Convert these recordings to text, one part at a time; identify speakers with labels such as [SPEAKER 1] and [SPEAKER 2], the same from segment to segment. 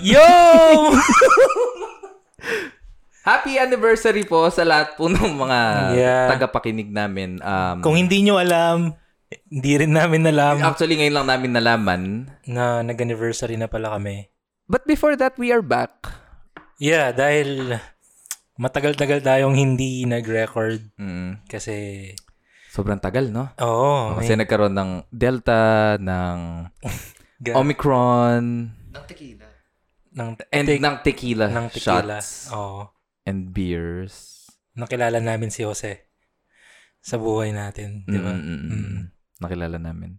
[SPEAKER 1] Yo!
[SPEAKER 2] Happy anniversary po sa lahat po ng mga
[SPEAKER 1] Yeah.
[SPEAKER 2] tagapakinig namin. Um,
[SPEAKER 1] Kung hindi nyo alam, hindi rin namin alam
[SPEAKER 2] actually, ngayon lang namin nalaman.
[SPEAKER 1] na nag-anniversary na pala kami.
[SPEAKER 2] But before that, we are back.
[SPEAKER 1] Yeah, dahil matagal-tagal tayong hindi nag-record
[SPEAKER 2] Mm.
[SPEAKER 1] kasi...
[SPEAKER 2] Sobrang tagal, no?
[SPEAKER 1] Oo, oh,
[SPEAKER 2] Kasi nagkaroon ng Delta, ng Omicron,
[SPEAKER 3] Ng tequila.
[SPEAKER 1] ng,
[SPEAKER 2] and
[SPEAKER 1] take,
[SPEAKER 2] ng tequila
[SPEAKER 1] ng tequila.
[SPEAKER 2] shots
[SPEAKER 1] Oo.
[SPEAKER 2] and beers.
[SPEAKER 1] nakilala namin si Jose sa buhay natin, di ba?
[SPEAKER 2] Mm, mm, mm, mm.
[SPEAKER 1] Mm.
[SPEAKER 2] Nakilala namin.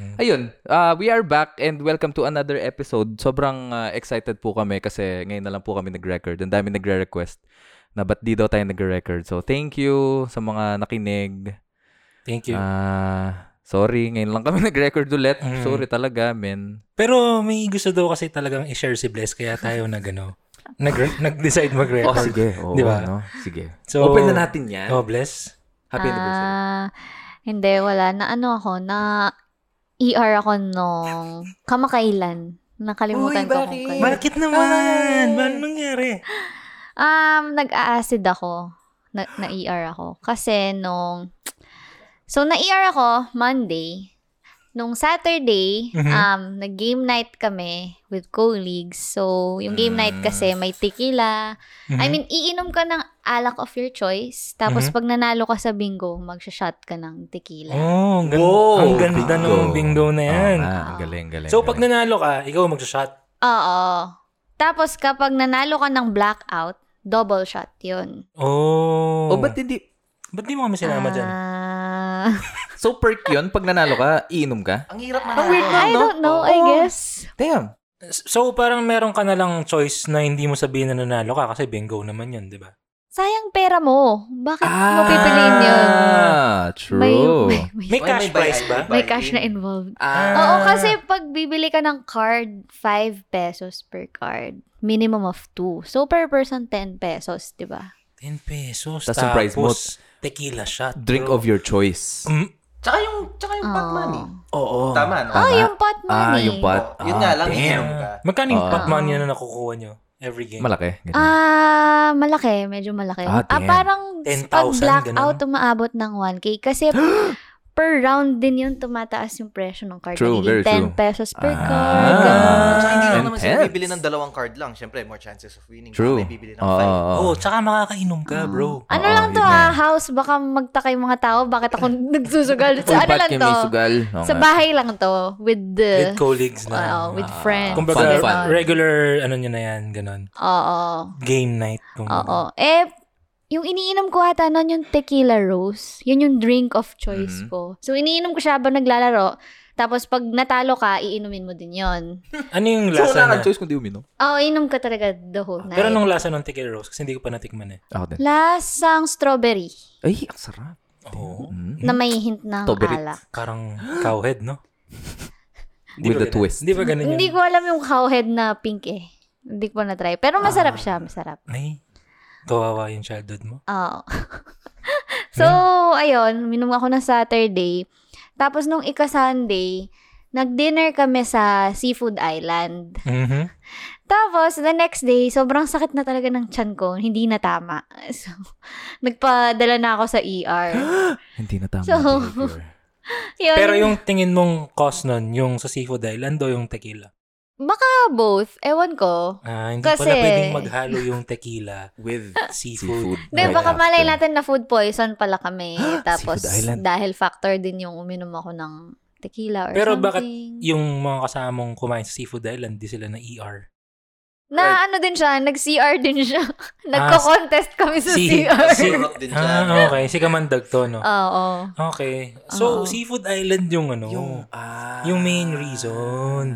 [SPEAKER 1] Mm.
[SPEAKER 2] Ayun, uh, we are back and welcome to another episode. Sobrang uh, excited po kami kasi ngayon na lang po kami nag-record. Ang dami nagre-request na ba't di daw tayo nag-record. So, thank you sa mga nakinig.
[SPEAKER 1] Thank you.
[SPEAKER 2] Ah, sorry, ngayon lang kami nag-record ulit.
[SPEAKER 1] Mm.
[SPEAKER 2] Sorry talaga, men.
[SPEAKER 1] Pero may gusto daw kasi talagang i-share si Bless kaya tayo nag ano, nag nag-decide
[SPEAKER 2] Oh,
[SPEAKER 1] mag-record.
[SPEAKER 2] sige. Oo,
[SPEAKER 1] Di ba?
[SPEAKER 2] no? Sige.
[SPEAKER 1] So,
[SPEAKER 2] Open na natin yan.
[SPEAKER 1] Oh, Bless.
[SPEAKER 2] Happy anniversary.
[SPEAKER 4] Ah, hindi, wala. Na ano ako, na ER ako nung kamakailan. Nakalimutan
[SPEAKER 2] Uy,
[SPEAKER 4] ko
[SPEAKER 2] bakit?
[SPEAKER 4] kung kailan.
[SPEAKER 1] Bakit naman? Ano nangyari?
[SPEAKER 4] Um, nag-acid ako. Na, na-ER ako. Kasi nung... So, na-ER ako Monday. Nung Saturday,
[SPEAKER 1] Mhm.
[SPEAKER 2] Mm-hmm.
[SPEAKER 4] um, nag-game night kami with colleagues. So, yung game night
[SPEAKER 2] Mm.
[SPEAKER 4] kasi may tequila.
[SPEAKER 2] Mm-hmm.
[SPEAKER 4] I mean, iinom ka ng alak of your choice. Tapos, pag nanalo ka sa bingo, magsha-shot ka ng tequila.
[SPEAKER 1] oh, ang ganda,
[SPEAKER 2] Wow,
[SPEAKER 1] ang ganda ng bingo
[SPEAKER 2] Ah,
[SPEAKER 1] na yan.
[SPEAKER 2] Oo nga, ang galing, galing.
[SPEAKER 1] so, pag
[SPEAKER 2] galing.
[SPEAKER 1] nanalo ka, ikaw magsa-shot.
[SPEAKER 4] Oo. Tapos kapag nanalo ka ng blackout, double shot yun.
[SPEAKER 1] Oh.
[SPEAKER 2] Oh, ba't hindi?
[SPEAKER 1] ba't di mo kami sinama dyan?
[SPEAKER 4] Ah,
[SPEAKER 2] So, perk yun? Pag nanalo ka, iinom ka?
[SPEAKER 3] Ang hirap
[SPEAKER 2] Ang weird
[SPEAKER 3] manalo.
[SPEAKER 2] na,
[SPEAKER 4] I
[SPEAKER 2] no?
[SPEAKER 4] don't know, I guess.
[SPEAKER 2] Damn.
[SPEAKER 1] So, parang meron ka na lang choice na hindi mo sabihin na nanalo ka kasi bingo naman yun, di ba?
[SPEAKER 4] Sayang pera mo. Bakit mo pipiliin yun?
[SPEAKER 2] Ah, true.
[SPEAKER 4] May, may, may,
[SPEAKER 1] May
[SPEAKER 3] Why
[SPEAKER 1] cash
[SPEAKER 3] may
[SPEAKER 1] prize ba?
[SPEAKER 3] bayad?
[SPEAKER 4] may cash na involved.
[SPEAKER 2] Ah,
[SPEAKER 4] Oo,
[SPEAKER 1] Ah.
[SPEAKER 4] kasi pag bibili ka ng card, 5 pesos per card. Minimum of 2. So, per person, 10 pesos, di ba?
[SPEAKER 1] 10 pesos.
[SPEAKER 2] Tas
[SPEAKER 1] Tapos,
[SPEAKER 2] yung prize mo,
[SPEAKER 1] tequila shot.
[SPEAKER 2] drink of your choice.
[SPEAKER 1] Mm,
[SPEAKER 3] Tsaka yung, tsaka yung pot
[SPEAKER 4] Oo.
[SPEAKER 3] money.
[SPEAKER 2] Oo.
[SPEAKER 3] Tama, no?
[SPEAKER 4] Oh, yung pot
[SPEAKER 2] Ah,
[SPEAKER 4] money.
[SPEAKER 2] yung pot.
[SPEAKER 3] Yun nga
[SPEAKER 2] Ah,
[SPEAKER 3] lang,
[SPEAKER 2] damn.
[SPEAKER 3] iinom ka.
[SPEAKER 1] magkano yung
[SPEAKER 2] Oo.
[SPEAKER 1] pot money na nakukuha nyo every game?
[SPEAKER 2] Ah. Malaki. Ganun.
[SPEAKER 4] Ah, malaki. Medyo malaki.
[SPEAKER 2] Ah,
[SPEAKER 4] Ah,
[SPEAKER 2] damn.
[SPEAKER 4] parang
[SPEAKER 1] 10,000,
[SPEAKER 4] pag blackout,
[SPEAKER 1] ganun?
[SPEAKER 4] tumaabot ng 1K. Kasi per round din yun, tumataas yung presyo ng card.
[SPEAKER 2] True, very true.
[SPEAKER 4] Nagiging 10 pesos per
[SPEAKER 2] Ah.
[SPEAKER 4] card.
[SPEAKER 2] Ah.
[SPEAKER 4] ganun.
[SPEAKER 3] Tsaka hindi lang naman sila
[SPEAKER 2] Intense.
[SPEAKER 3] bibili ng dalawang card lang. Siyempre, more chances of winning.
[SPEAKER 2] True.
[SPEAKER 3] Baka May bibili ng
[SPEAKER 2] Oo.
[SPEAKER 3] five.
[SPEAKER 1] oh, tsaka makakainom ka, bro.
[SPEAKER 4] Ano
[SPEAKER 2] Oo,
[SPEAKER 4] lang to
[SPEAKER 2] Oh, yun na.
[SPEAKER 4] ah, house. Baka magtaka yung mga tao. Bakit ako nagsusugal?
[SPEAKER 2] Uy,
[SPEAKER 4] Sa ano
[SPEAKER 2] ba't
[SPEAKER 4] lang
[SPEAKER 2] kayo
[SPEAKER 4] to?
[SPEAKER 2] may sugal? Oo
[SPEAKER 4] Sa
[SPEAKER 2] nga.
[SPEAKER 4] bahay lang to. With the...
[SPEAKER 1] With colleagues na.
[SPEAKER 4] Oo, with
[SPEAKER 2] Ah.
[SPEAKER 4] friends.
[SPEAKER 1] Kumbaga,
[SPEAKER 2] Fun, fun.
[SPEAKER 4] ganun.
[SPEAKER 1] regular, ano nyo na yan, ganun.
[SPEAKER 4] Oo.
[SPEAKER 1] Game night. Kung
[SPEAKER 4] Oo. Eh, yung iniinom ko ata noon yung tequila rose. Yun yung drink of choice
[SPEAKER 1] Mm-hmm.
[SPEAKER 2] Mhm.
[SPEAKER 4] ko. So, iniinom ko siya habang naglalaro. Tapos, pag natalo ka, iinumin mo din yon
[SPEAKER 1] Ano yung
[SPEAKER 2] So,
[SPEAKER 1] lasa
[SPEAKER 2] wala
[SPEAKER 1] na?
[SPEAKER 2] kang choice kundi uminom.
[SPEAKER 4] Oo, inom ka talaga the whole night.
[SPEAKER 1] Pero ano- anong lasa ng tequila rose? Kasi hindi ko pa natikman eh.
[SPEAKER 2] Ako din.
[SPEAKER 4] Lasang strawberry
[SPEAKER 2] Ay, ang sarap.
[SPEAKER 1] Oo.
[SPEAKER 2] Mm.
[SPEAKER 4] na may hint ng
[SPEAKER 2] Strawberry.
[SPEAKER 4] alak.
[SPEAKER 1] Parang cowhead, no? Hindi
[SPEAKER 2] With
[SPEAKER 1] ba
[SPEAKER 2] a
[SPEAKER 1] ganun?
[SPEAKER 2] twist.
[SPEAKER 1] Hindi ba ganun
[SPEAKER 4] Hindi
[SPEAKER 1] Ano yun?
[SPEAKER 4] ko alam yung cowhead na pink eh. Hindi ko na try.
[SPEAKER 1] Ah.
[SPEAKER 4] Pero masarap siya, masarap.
[SPEAKER 1] Ay, kawawa yung childhood mo.
[SPEAKER 4] Oo. so, ayun, minum ako ng Saturday. Tapos nung ika-Sunday, nag-dinner kami sa Seafood Island.
[SPEAKER 1] Mhm.
[SPEAKER 4] Tapos, the next day, sobrang sakit na talaga ng tiyan ko. Hindi na tama. So, nagpadala na ako sa ER.
[SPEAKER 2] Hindi na tama.
[SPEAKER 4] So,
[SPEAKER 2] behavior.
[SPEAKER 4] Yun,
[SPEAKER 1] Pero yung tingin mong cause nun, yung sa seafood island o yung tequila?
[SPEAKER 4] ah, both. Ewan ko.
[SPEAKER 1] Ah, hindi
[SPEAKER 4] Kasi-
[SPEAKER 1] pala pwedeng maghalo yung tequila,
[SPEAKER 2] with
[SPEAKER 1] seafood.
[SPEAKER 2] Seafood.
[SPEAKER 4] Hindi,
[SPEAKER 2] Right
[SPEAKER 4] baka malay
[SPEAKER 2] after.
[SPEAKER 4] natin na food poison pala kami. Tapos,
[SPEAKER 2] Seafood Island.
[SPEAKER 4] dahil factor din yung uminom ako ng tequila or
[SPEAKER 1] Pero bakit
[SPEAKER 4] something.
[SPEAKER 1] yung mga kasamang kumain sa seafood island, di sila na ER.
[SPEAKER 4] Na ano din siya, nag-CR din siya.
[SPEAKER 1] Ah,
[SPEAKER 4] Nagko-contest kami sa
[SPEAKER 1] si-
[SPEAKER 4] CR.
[SPEAKER 1] si-
[SPEAKER 3] Surot din siya.
[SPEAKER 1] Ah, okay. Si Kamandag to, no?
[SPEAKER 4] Oo.
[SPEAKER 1] Okay. So,
[SPEAKER 4] Oo.
[SPEAKER 1] seafood island yung ano?
[SPEAKER 2] Yung, ah,
[SPEAKER 1] Yung main reason.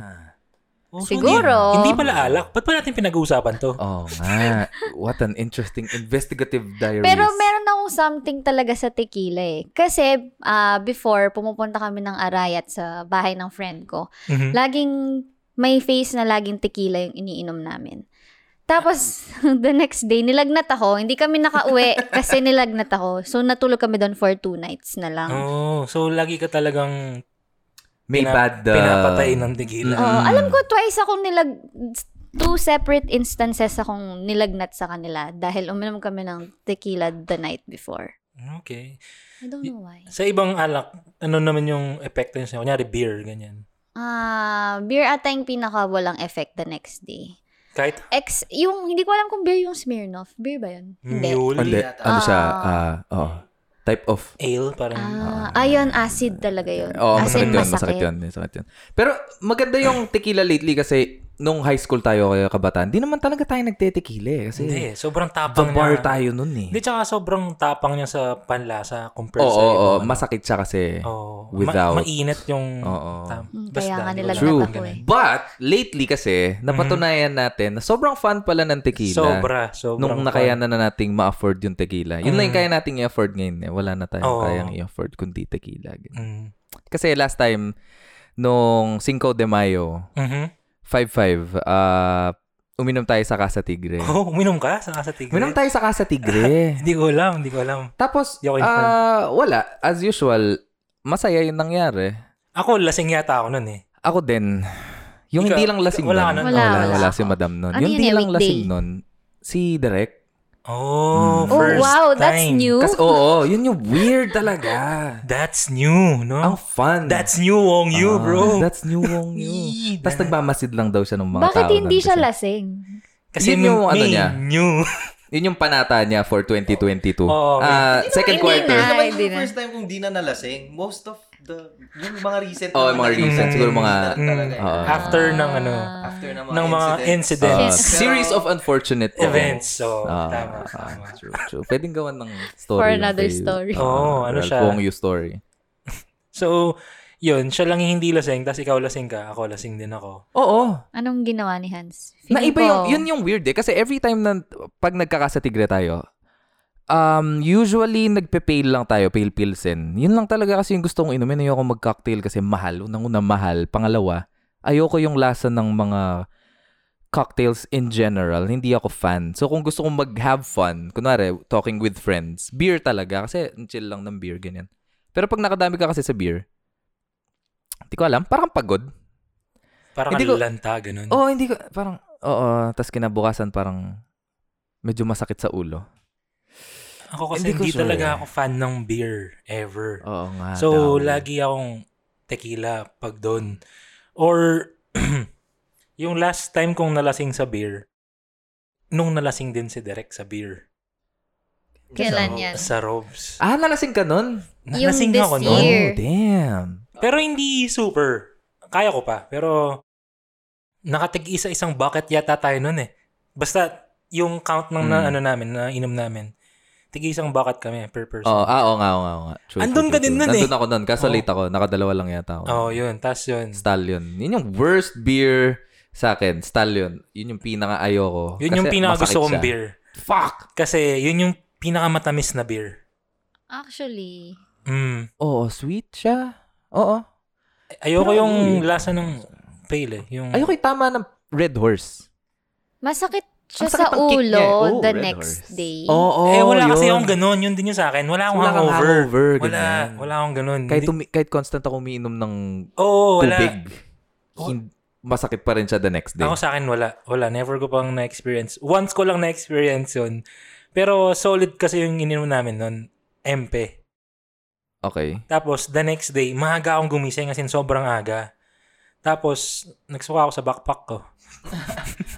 [SPEAKER 1] Oh, so
[SPEAKER 4] Siguro.
[SPEAKER 1] Hindi, hindi pala alak. Ba't pa natin pinag-uusapan to?
[SPEAKER 2] Oh nga. What an interesting investigative diary.
[SPEAKER 4] Pero meron akong something talaga sa tequila eh. Kasi ah, before, pumupunta kami ng Arayat sa bahay ng friend ko.
[SPEAKER 1] Mhm.
[SPEAKER 4] Laging may face na laging tequila yung iniinom namin. Tapos, the next day, nilagnat ako. Hindi kami nakauwi kasi nilagnat ako. So, natulog kami doon for two nights na lang.
[SPEAKER 1] Oh, so lagi ka talagang
[SPEAKER 2] may
[SPEAKER 1] pina-
[SPEAKER 2] bad uh,
[SPEAKER 1] pinapatay ng tequila.
[SPEAKER 4] Oo, alam ko, twice ako nilag... two separate instances akong nilagnat sa kanila dahil uminom kami ng tequila the night before.
[SPEAKER 1] Okay.
[SPEAKER 4] I don't know why.
[SPEAKER 1] Sa ibang alak, ano naman yung epekto niya? Kunyari, beer, ganyan.
[SPEAKER 4] Ah, beer ata yung pinaka walang effect the next day.
[SPEAKER 1] Kahit
[SPEAKER 4] Ex, yung, hindi ko alam kung beer yung Smirnoff. Beer ba yun?
[SPEAKER 1] Mm,
[SPEAKER 4] Hindi.
[SPEAKER 1] mule,
[SPEAKER 2] Hindi,
[SPEAKER 3] yata.
[SPEAKER 2] ano siya,
[SPEAKER 4] Ah.
[SPEAKER 2] ah, oh, type of.
[SPEAKER 1] ale, parang...
[SPEAKER 4] Ah, ayun, acid talaga yun.
[SPEAKER 2] Oo,
[SPEAKER 4] As
[SPEAKER 2] masakit
[SPEAKER 4] in,
[SPEAKER 2] yun, masakit yun, masakit yun. Pero maganda yung tequila lately kasi nung high school tayo kaya kabataan, di naman talaga tayo nagte-tequila eh. Kasi
[SPEAKER 1] hindi, sobrang
[SPEAKER 2] the
[SPEAKER 1] tapang
[SPEAKER 2] bar
[SPEAKER 1] niya.
[SPEAKER 2] tayo nun eh.
[SPEAKER 1] Hindi, tsaka sobrang tapang niya sa panlasa
[SPEAKER 2] Oo,
[SPEAKER 1] compared
[SPEAKER 2] oo,
[SPEAKER 1] sa ibang
[SPEAKER 2] oo,
[SPEAKER 1] ano. Oh.
[SPEAKER 2] masakit siya kasi.
[SPEAKER 1] Oo.
[SPEAKER 2] Without-
[SPEAKER 1] Ma- mainit yung...
[SPEAKER 2] Oo.
[SPEAKER 1] tam-
[SPEAKER 4] Mm,
[SPEAKER 1] basta,
[SPEAKER 4] kaya nga
[SPEAKER 1] di ba?
[SPEAKER 4] nila
[SPEAKER 2] True.
[SPEAKER 4] ako eh.
[SPEAKER 2] But, lately kasi, napatunayan natin na sobrang fun pala ng tequila.
[SPEAKER 1] Mm-hmm. Sobra, sobra.
[SPEAKER 2] Nung nakayanan na nating ma-afford yung tequila. Yun lang yung kaya nating i-afford ngayon. Eh. Wala na tayong
[SPEAKER 1] Mm-hmm. Oo.
[SPEAKER 2] kayang i-afford kundi tequila. Ganun.
[SPEAKER 1] Mm.
[SPEAKER 2] Kasi last time, nung Cinco de Mayo,
[SPEAKER 1] Mhm.
[SPEAKER 2] 5-5, ah, uminom tayo sa Casa Tigre.
[SPEAKER 1] Oh, uminom ka sa Casa Tigre?
[SPEAKER 2] Uminom tayo sa Casa Tigre.
[SPEAKER 1] Hindi ko alam, hindi ko alam.
[SPEAKER 2] Tapos,
[SPEAKER 1] Yung
[SPEAKER 2] ah, wala. As usual, masaya yung nangyari.
[SPEAKER 1] Ako, lasing yata ako nun eh.
[SPEAKER 2] Ako din. Yung
[SPEAKER 1] Ikaw,
[SPEAKER 2] hindi lang lasing
[SPEAKER 1] wala ka
[SPEAKER 2] nun.
[SPEAKER 1] nun?
[SPEAKER 4] Wala,
[SPEAKER 2] wala,
[SPEAKER 4] wala
[SPEAKER 2] wala
[SPEAKER 4] ako.
[SPEAKER 2] si madam nun. yung
[SPEAKER 4] Ano yun
[SPEAKER 2] hindi
[SPEAKER 4] eh,
[SPEAKER 2] lang
[SPEAKER 4] weekday?
[SPEAKER 2] lasing nun, si Direk.
[SPEAKER 1] Oh,
[SPEAKER 2] Mm.
[SPEAKER 4] Oh,
[SPEAKER 1] first
[SPEAKER 4] wow,
[SPEAKER 1] time.
[SPEAKER 4] that's new.
[SPEAKER 2] Kasi oo, yun yung weird talaga.
[SPEAKER 1] That's new, no?
[SPEAKER 2] Ang fun.
[SPEAKER 1] That's new, Wong Yu,
[SPEAKER 2] Ah,
[SPEAKER 1] bro.
[SPEAKER 2] That's new wong you.
[SPEAKER 1] Yee, na-
[SPEAKER 2] Tapos nagmamasid lang daw siya ng mga
[SPEAKER 4] Bakit
[SPEAKER 2] tao
[SPEAKER 4] hindi
[SPEAKER 2] nun
[SPEAKER 4] siya
[SPEAKER 2] kasi-
[SPEAKER 4] lasing?
[SPEAKER 1] Kasi
[SPEAKER 2] Yun yung
[SPEAKER 1] may
[SPEAKER 2] ano niya.
[SPEAKER 1] new.
[SPEAKER 2] Yun yung panata niya for 2022.
[SPEAKER 1] Oo, Oh, okay.
[SPEAKER 2] Ah, second
[SPEAKER 4] hindi
[SPEAKER 2] quarter.
[SPEAKER 4] na.
[SPEAKER 3] Hindi naman
[SPEAKER 4] Ay, di
[SPEAKER 3] yung
[SPEAKER 4] na.
[SPEAKER 3] first time kung di na nalasing. Most of the, yung mga recent.
[SPEAKER 2] Oh, yung mga
[SPEAKER 3] nangyari,
[SPEAKER 2] recent,
[SPEAKER 3] hindi
[SPEAKER 2] siguro
[SPEAKER 3] na
[SPEAKER 2] mga- mm,
[SPEAKER 3] rin talaga eh.
[SPEAKER 2] Oo.
[SPEAKER 1] After ng
[SPEAKER 4] Ah,
[SPEAKER 1] ano,
[SPEAKER 3] After ng mga,
[SPEAKER 1] ng mga
[SPEAKER 2] Ah,
[SPEAKER 1] incidents,
[SPEAKER 4] Yes.
[SPEAKER 2] series of unfortunate
[SPEAKER 1] events. So,
[SPEAKER 2] Ah,
[SPEAKER 1] tama,
[SPEAKER 2] ah,
[SPEAKER 1] tama.
[SPEAKER 2] true, true. Pwedeng gawan ng story.
[SPEAKER 4] For
[SPEAKER 2] yun
[SPEAKER 4] another
[SPEAKER 2] kay-
[SPEAKER 4] story.
[SPEAKER 2] ah,
[SPEAKER 1] Oo, ano
[SPEAKER 2] Ralph
[SPEAKER 1] siya?
[SPEAKER 2] Wong Yu story.
[SPEAKER 1] So, yun, siya lang yung hindi lasing, tapos ikaw lasing ka, ako lasing din ako.
[SPEAKER 2] Oo.
[SPEAKER 4] Anong ginawa ni Hans?
[SPEAKER 2] Na
[SPEAKER 4] Feeling
[SPEAKER 2] iba
[SPEAKER 4] ko,
[SPEAKER 2] yung, yun yung weird eh. Kasi every time na, pag nagkakasa tigre tayo, um, usually nagpe-pale lang tayo, pale pilsen. Yun lang talaga kasi yung gusto kong inumin. Ayoko mag-cocktail kasi mahal. Unang-una mahal. Pangalawa, ayoko yung lasa ng mga cocktails in general. Hindi ako fan. So kung gusto kong mag-have fun, kunwari, talking with friends, beer talaga. Kasi ang chill lang ng beer, ganyan. Pero pag nakadami ka kasi sa beer, hindi ko alam, parang pagod.
[SPEAKER 1] Parang
[SPEAKER 2] Hindi ko- Oh,
[SPEAKER 1] lanta, ganun.
[SPEAKER 2] Oo, hindi ko, parang, oo, tas kinabukasan parang medyo masakit sa ulo.
[SPEAKER 1] ako kasi
[SPEAKER 2] hindi ko
[SPEAKER 1] hindi,
[SPEAKER 2] sure eh.
[SPEAKER 1] talaga ako fan ng beer, ever.
[SPEAKER 2] Oo nga.
[SPEAKER 1] So,
[SPEAKER 2] daw.
[SPEAKER 1] lagi akong tequila pag doon. Or, yung last time kong nalasing sa beer, nung nalasing din si Derek sa beer.
[SPEAKER 4] Kailan
[SPEAKER 3] oh.
[SPEAKER 1] Sa-
[SPEAKER 4] yan?
[SPEAKER 1] Sa Robs.
[SPEAKER 2] Ah, nalasing ka nun?
[SPEAKER 4] Yung
[SPEAKER 1] Nalasing
[SPEAKER 4] this
[SPEAKER 1] ako
[SPEAKER 2] Oh,
[SPEAKER 1] noon.
[SPEAKER 4] year.
[SPEAKER 2] damn.
[SPEAKER 1] Pero hindi super. Kaya ko pa. Pero, nakatig isa isang bucket yata tayo noon eh. Basta, yung count ng na,
[SPEAKER 2] Mm.
[SPEAKER 1] ano namin, na inom namin, tig isang bucket kami per person.
[SPEAKER 2] Oo, ah, oo nga, oo nga, oo nga. True,
[SPEAKER 1] Andun
[SPEAKER 2] true,
[SPEAKER 1] ka
[SPEAKER 2] true,
[SPEAKER 1] din
[SPEAKER 2] true.
[SPEAKER 1] nun eh.
[SPEAKER 2] Nandun ako nun, kaso
[SPEAKER 1] Oo.
[SPEAKER 2] late ako. Nakadalawa lang yata ako.
[SPEAKER 1] Oh, yun. Tapos yun.
[SPEAKER 2] Stal yun. Yun yung worst beer sa akin. Stal yun. Yun yung pinaka-ayoko.
[SPEAKER 1] Yun yung
[SPEAKER 2] Kasi
[SPEAKER 1] pinaka gusto
[SPEAKER 2] masakit
[SPEAKER 1] kong
[SPEAKER 2] siya.
[SPEAKER 1] beer.
[SPEAKER 2] Fuck!
[SPEAKER 1] Kasi, yun yung pinakamatamis na beer.
[SPEAKER 4] Actually,
[SPEAKER 1] Mm.
[SPEAKER 2] Oo, sweet siya. Oo.
[SPEAKER 1] Ayoko
[SPEAKER 2] Pero
[SPEAKER 1] yung
[SPEAKER 2] weird.
[SPEAKER 1] lasa ng pale eh. Yung,
[SPEAKER 2] Ayoko yung tama ng Red Horse.
[SPEAKER 4] masakit siya
[SPEAKER 2] Ang sakit
[SPEAKER 4] sa
[SPEAKER 2] ang kick niya eh.
[SPEAKER 4] ulo
[SPEAKER 2] Oh,
[SPEAKER 4] the
[SPEAKER 2] Red
[SPEAKER 4] next
[SPEAKER 2] Horse. Oh,
[SPEAKER 4] day.
[SPEAKER 2] Oo,
[SPEAKER 1] eh, wala kasi
[SPEAKER 2] yun.
[SPEAKER 1] akong ganun. Yun din yung sa akin. Wala akong
[SPEAKER 2] Wala kang
[SPEAKER 1] hangover.
[SPEAKER 2] hangover,
[SPEAKER 1] Wala.
[SPEAKER 2] ganyan.
[SPEAKER 1] Wala akong ganun.
[SPEAKER 2] Kahit,
[SPEAKER 1] Hindi-
[SPEAKER 2] tumi- kahit constant ako umiinom ng
[SPEAKER 1] Oo, wala.
[SPEAKER 2] tubig, hin- masakit pa rin siya the next day.
[SPEAKER 1] Ako sa akin, wala. Wala. Never ko pang na-experience. Once ko lang na-experience yun. Pero solid kasi yung ininom namin nun. Empe.
[SPEAKER 2] Okay.
[SPEAKER 1] Tapos, the next day, maaga akong gumising kasi sobrang aga. Tapos, nagsuka ako sa backpack ko.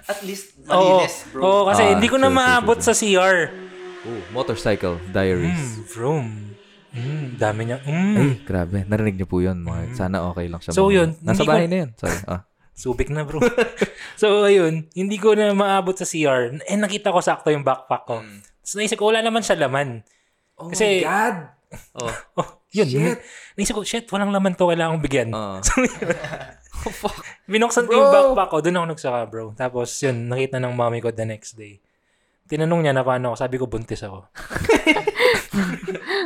[SPEAKER 3] At least,
[SPEAKER 1] Oo,
[SPEAKER 3] malinis, bro.
[SPEAKER 1] oo, kasi
[SPEAKER 2] Ah,
[SPEAKER 1] hindi ko na
[SPEAKER 2] true, true,
[SPEAKER 1] maabot
[SPEAKER 2] true.
[SPEAKER 1] sa CR.
[SPEAKER 2] Oh, motorcycle diaries.
[SPEAKER 1] Mm, vroom. Mm, dami niya.
[SPEAKER 2] Ay,
[SPEAKER 1] Mm,
[SPEAKER 2] grabe. Narinig niyo po yun. Mga, Sana okay lang siya.
[SPEAKER 1] Hmm. So,
[SPEAKER 2] mga-
[SPEAKER 1] yun,
[SPEAKER 2] Nasa
[SPEAKER 1] hindi
[SPEAKER 2] bahay
[SPEAKER 1] ko-
[SPEAKER 2] na yun. Sorry. Ah.
[SPEAKER 1] subik na bro. so, ayun. Hindi ko na maabot sa CR. Eh, nakita ko sakto yung backpack ko. So, naisip ko, wala naman siya laman. Kasi-
[SPEAKER 2] Hmm. God! Oh,
[SPEAKER 1] Oh, yun.
[SPEAKER 2] Shit.
[SPEAKER 1] Naisip ko, shit, walang laman to. Kailangan kong bigyan.
[SPEAKER 2] Oo.
[SPEAKER 1] So, yun.
[SPEAKER 2] fuck.
[SPEAKER 1] Binuksan ko
[SPEAKER 2] Bro!
[SPEAKER 1] yung backpack ko. Doon ako nagsaka, bro. Tapos, yun. Nakita ng mommy ko the next day. Tinanong niya na paano ako. Sabi ko, buntis ako.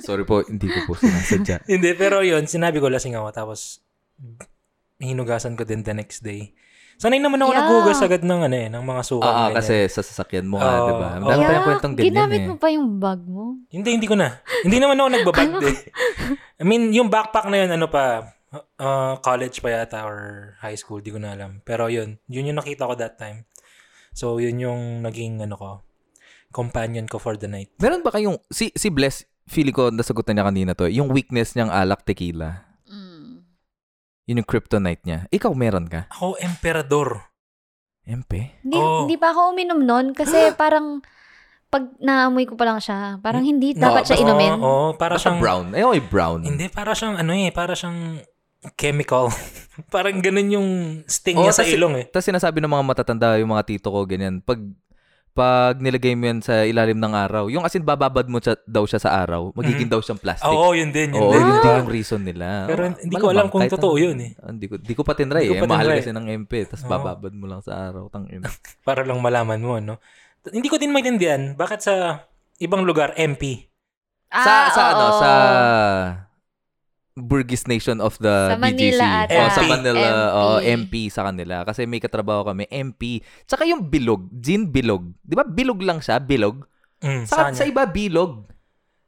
[SPEAKER 2] Sorry po, hindi ko po sinasadya.
[SPEAKER 1] Hindi, pero yun. Sinabi ko, lasing ako. Tapos, hinugasan ko din the next day. Sanay naman ako
[SPEAKER 4] Yeah.
[SPEAKER 1] naghugas agad ng, ano, eh, ng mga suka.
[SPEAKER 2] Ah, ah,
[SPEAKER 1] ganyan.
[SPEAKER 2] kasi sa sasakyan mo nga,
[SPEAKER 1] Oo.
[SPEAKER 2] di ba? Ang dami
[SPEAKER 1] Oo.
[SPEAKER 2] pa
[SPEAKER 4] Yak,
[SPEAKER 2] yung kwentong ganyan
[SPEAKER 4] ginamit
[SPEAKER 2] eh.
[SPEAKER 4] mo pa yung bag mo.
[SPEAKER 1] Hindi, hindi ko na. Hindi naman ako nagbabag
[SPEAKER 4] Ano?
[SPEAKER 1] din. I mean, yung backpack na yun, ano pa, uh, college pa yata or high school, di ko na alam. Pero yun, yun yung nakita ko that time. So, yun yung naging, ano ko, companion ko for the night.
[SPEAKER 2] Meron ba kayong, si, si Bless, feeling ko nasagot na niya kanina to, yung weakness niyang alak tequila.
[SPEAKER 4] Mm.
[SPEAKER 2] Yun yung kryptonite niya. Ikaw meron ka?
[SPEAKER 1] Ako, emperador.
[SPEAKER 2] Empe?
[SPEAKER 4] Hindi,
[SPEAKER 1] Oo.
[SPEAKER 4] hindi pa ako uminom nun kasi parang pag naamoy ko pa lang siya, parang
[SPEAKER 2] Mm.
[SPEAKER 4] hindi
[SPEAKER 1] Na-
[SPEAKER 4] dapat siya
[SPEAKER 2] oh,
[SPEAKER 1] oo,
[SPEAKER 4] inumin.
[SPEAKER 1] Oo, para
[SPEAKER 2] Basta
[SPEAKER 1] siyang,
[SPEAKER 2] brown. Ayaw ay brown.
[SPEAKER 1] hindi, para siyang, ano eh, para siyang chemical. parang ganun yung sting
[SPEAKER 2] Oo,
[SPEAKER 1] niya sa
[SPEAKER 2] kasi-
[SPEAKER 1] ilong eh.
[SPEAKER 2] Tapos sinasabi ng mga matatanda, yung mga tito ko, ganyan. Pag pag nilagay mo yan sa ilalim ng araw, yung asin bababad mo siya, daw siya sa araw, magiging daw siyang plastic.
[SPEAKER 1] Mm-hmm. Ah, Oo, yun din, yun
[SPEAKER 2] Oo,
[SPEAKER 1] din.
[SPEAKER 2] yun din yung reason nila.
[SPEAKER 1] Pero
[SPEAKER 2] Oo,
[SPEAKER 1] hindi ko alam
[SPEAKER 2] malamang
[SPEAKER 1] kung
[SPEAKER 2] kahit
[SPEAKER 1] totoo
[SPEAKER 2] ano.
[SPEAKER 1] yun eh.
[SPEAKER 2] Ah, Hindi ko, hindi ko pa tinry
[SPEAKER 1] Hindi ko
[SPEAKER 2] eh.
[SPEAKER 1] pa
[SPEAKER 2] Mahal
[SPEAKER 1] tinry.
[SPEAKER 2] kasi ng MP,
[SPEAKER 1] Oo.
[SPEAKER 2] tapos bababad mo lang sa araw. Tang ina.
[SPEAKER 1] Para lang malaman mo, no? T- Hindi ko din maintindihan bakit sa ibang lugar, MP.
[SPEAKER 2] sa, sa
[SPEAKER 4] Ah, oo.
[SPEAKER 2] ano, sa Burgess Nation of the
[SPEAKER 4] Sa Manila
[SPEAKER 2] BGC.
[SPEAKER 4] ata.
[SPEAKER 2] Oh, sa
[SPEAKER 1] MP.
[SPEAKER 2] Manila.
[SPEAKER 4] MP.
[SPEAKER 2] Oh, MP sa kanila. Kasi may katrabaho kami, MP. Tsaka yung bilog, gin bilog. Di ba bilog lang siya, bilog?
[SPEAKER 1] Mm,
[SPEAKER 2] Sa,
[SPEAKER 1] saan?
[SPEAKER 2] sa iba, bilog.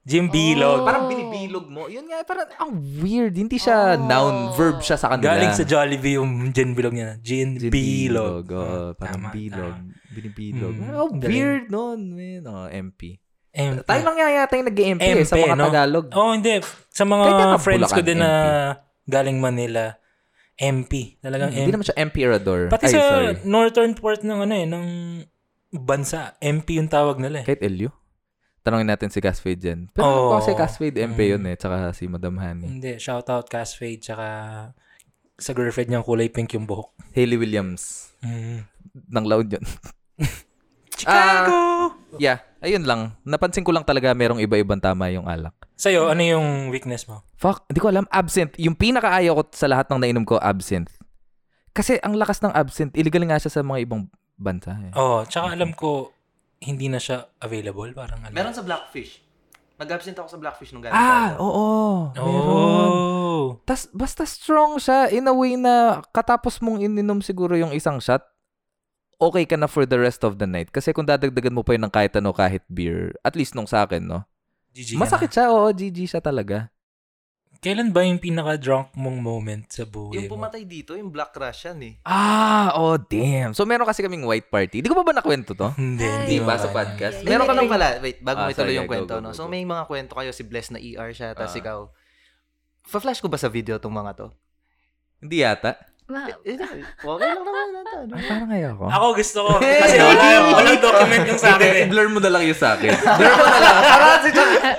[SPEAKER 1] Jim Bilog.
[SPEAKER 4] Oh.
[SPEAKER 2] Parang binibilog mo. Yun nga, parang ang weird. Hindi siya
[SPEAKER 4] Oh.
[SPEAKER 2] noun, verb siya sa kanila.
[SPEAKER 1] Galing sa Jollibee yung Jim Bilog niya. Jim
[SPEAKER 2] Gin
[SPEAKER 1] Bilog.
[SPEAKER 2] Oo,
[SPEAKER 1] Mm,
[SPEAKER 2] Oh, parang
[SPEAKER 1] tama,
[SPEAKER 2] bilog.
[SPEAKER 1] tama.
[SPEAKER 2] Binibilog.
[SPEAKER 1] Mm,
[SPEAKER 2] Oh,
[SPEAKER 1] galing.
[SPEAKER 2] weird nun, man. Oh, MP.
[SPEAKER 1] MP.
[SPEAKER 2] Tayo lang nga yata yung nag-MP eh, sa
[SPEAKER 1] MP,
[SPEAKER 2] mga
[SPEAKER 1] no?
[SPEAKER 2] Tagalog.
[SPEAKER 1] Oh, hindi. Sa
[SPEAKER 2] Kahit
[SPEAKER 1] mga
[SPEAKER 2] ako,
[SPEAKER 1] friends ko
[SPEAKER 2] Bulacan,
[SPEAKER 1] din na
[SPEAKER 2] MP.
[SPEAKER 1] galing Manila, MP. Talagang
[SPEAKER 2] Hindi
[SPEAKER 1] MP.
[SPEAKER 2] naman siya emperador.
[SPEAKER 1] Pati
[SPEAKER 2] Ay,
[SPEAKER 1] sa
[SPEAKER 2] sorry.
[SPEAKER 1] northern part ng ano eh, ng bansa, MP yung tawag nila eh.
[SPEAKER 2] Kahit LU? Tanongin natin si Casfade dyan. Pero
[SPEAKER 1] Oo.
[SPEAKER 2] kasi Casfade MP yun
[SPEAKER 1] Oh. Mm.
[SPEAKER 2] eh, tsaka si Madam Honey.
[SPEAKER 1] Hindi, shoutout Casfade tsaka sa girlfriend niyang kulay pink yung buhok.
[SPEAKER 2] Hayley Williams.
[SPEAKER 1] Mm.
[SPEAKER 2] Nang loud yun.
[SPEAKER 1] Chicago!
[SPEAKER 2] Ah. yeah, ayun lang. Napansin ko lang talaga merong iba-ibang tama yung alak.
[SPEAKER 1] Sa'yo, ano yung weakness mo?
[SPEAKER 2] Fuck, hindi ko alam. Absinthe. Yung pinakaayaw ko sa lahat ng nainom ko, absinthe. Kasi ang lakas ng absinthe, illegal nga siya sa mga ibang bansa. Eh.
[SPEAKER 1] Oh, tsaka alam ko, hindi na siya available. Parang alam.
[SPEAKER 3] Meron sa Blackfish. Nag-absent ako sa Blackfish nung galing.
[SPEAKER 2] Ah,
[SPEAKER 3] tayo.
[SPEAKER 2] oo. Meron.
[SPEAKER 1] Oh!
[SPEAKER 2] Tas, basta strong siya in a way na katapos mong ininom siguro yung isang shot, okay ka na for the rest of the night. Kasi kung dadagdagan mo pa yun ng kahit ano, kahit beer, at least nung sa akin, no?
[SPEAKER 1] GG ka
[SPEAKER 2] Masakit
[SPEAKER 1] na.
[SPEAKER 2] siya, oo, GG siya talaga.
[SPEAKER 1] Kailan ba yung pinaka-drunk mong moment sa buhay
[SPEAKER 3] Yung
[SPEAKER 1] mo?
[SPEAKER 3] pumatay dito, yung Black Russian eh.
[SPEAKER 2] Ah, oh damn. So meron kasi kaming white party. Di ko pa ba nakwento to?
[SPEAKER 1] Hindi,
[SPEAKER 4] Ay,
[SPEAKER 1] hindi
[SPEAKER 2] Di ba
[SPEAKER 1] mo
[SPEAKER 2] sa
[SPEAKER 1] kaya.
[SPEAKER 2] podcast?
[SPEAKER 4] Ay,
[SPEAKER 3] Meron
[SPEAKER 4] ay,
[SPEAKER 3] ka lang
[SPEAKER 4] ay.
[SPEAKER 3] pala. Wait, bago
[SPEAKER 2] Ah,
[SPEAKER 3] may tuloy
[SPEAKER 2] sorry,
[SPEAKER 3] yung
[SPEAKER 2] go,
[SPEAKER 3] kwento,
[SPEAKER 2] go,
[SPEAKER 3] no?
[SPEAKER 2] go, go.
[SPEAKER 3] So, may mga kwento kayo. Si Bless na ER siya, tapos
[SPEAKER 2] Ah.
[SPEAKER 3] ikaw. Pa-flash ko ba sa video tong mga to?
[SPEAKER 2] Hindi yata.
[SPEAKER 4] Ma-
[SPEAKER 3] Eh, eh, Okay lang naman. ano, Ano?
[SPEAKER 2] Ay, parang ayaw ko.
[SPEAKER 1] Ako gusto ko.
[SPEAKER 2] Hey!
[SPEAKER 1] Kasi wala, walang document yung sa akin eh.
[SPEAKER 2] Blur mo na lang yung sa akin. Blur mo na lang. Parang si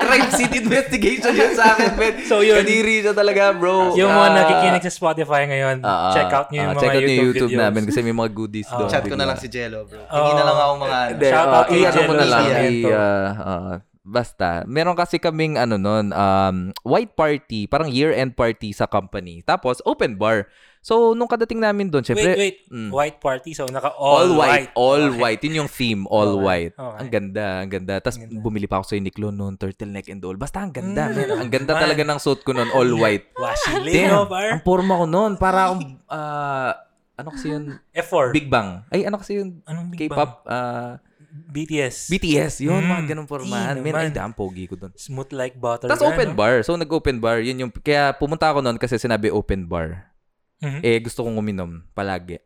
[SPEAKER 2] crime scene investigation yun sa akin, man.
[SPEAKER 1] So, yun.
[SPEAKER 2] Kadiri siya talaga, bro.
[SPEAKER 1] Yung mga
[SPEAKER 2] Ah,
[SPEAKER 1] nakikinig sa Spotify ngayon,
[SPEAKER 2] ah, ah,
[SPEAKER 1] check out nyo yung
[SPEAKER 2] ah,
[SPEAKER 1] mga
[SPEAKER 2] check out nyo
[SPEAKER 1] YouTube,
[SPEAKER 2] yung YouTube
[SPEAKER 1] videos.
[SPEAKER 2] namin kasi may mga goodies
[SPEAKER 1] Ah.
[SPEAKER 2] doon.
[SPEAKER 3] Chat ko na
[SPEAKER 2] bigla.
[SPEAKER 3] lang si Jello, bro. Hindi na lang ako mga ano.
[SPEAKER 2] Oh. Hindi,
[SPEAKER 1] Shout
[SPEAKER 2] ah,
[SPEAKER 1] out kay
[SPEAKER 2] iyan mo
[SPEAKER 1] Jello
[SPEAKER 2] na lang.
[SPEAKER 1] Sargento.
[SPEAKER 2] i- ah, ah, basta, meron kasi kaming ano nun, um, white party, parang year-end party sa company. Tapos, open bar. So, nung kadating namin doon,
[SPEAKER 1] Wait,
[SPEAKER 2] syempre,
[SPEAKER 1] wait.
[SPEAKER 2] Mm.
[SPEAKER 1] White party, so naka all,
[SPEAKER 2] all, white, all
[SPEAKER 1] Okay.
[SPEAKER 2] white. Yun yung theme,
[SPEAKER 1] Okay.
[SPEAKER 2] all white.
[SPEAKER 1] Okay.
[SPEAKER 2] Ang ganda, ang ganda. Tapos
[SPEAKER 1] Ang ganda.
[SPEAKER 2] bumili pa ako sa Uniqlo noon, turtleneck and all. Basta ang ganda.
[SPEAKER 1] Mm.
[SPEAKER 2] man. Ang ganda
[SPEAKER 1] Man.
[SPEAKER 2] talaga ng suit ko noon, all white.
[SPEAKER 1] Wasilino
[SPEAKER 2] Damn,
[SPEAKER 1] bar?
[SPEAKER 2] ang forma ko noon, para akong, ah, ano kasi yun?
[SPEAKER 1] F4.
[SPEAKER 2] Big Bang. Ay, ano kasi yun?
[SPEAKER 1] Anong Big Bang?
[SPEAKER 2] K-pop, ah,
[SPEAKER 1] BTS.
[SPEAKER 2] BTS, yun, mga Ano,
[SPEAKER 1] Mm.
[SPEAKER 2] ganun formahan.
[SPEAKER 1] Ino
[SPEAKER 2] Man, ay,
[SPEAKER 1] man.
[SPEAKER 2] damn, pogi ko doon.
[SPEAKER 1] Smooth like butter.
[SPEAKER 2] Tapos open bar. So, nag-open bar. Yun yung, kaya pumunta ako noon kasi sinabi open bar eh gusto kong uminom palagi.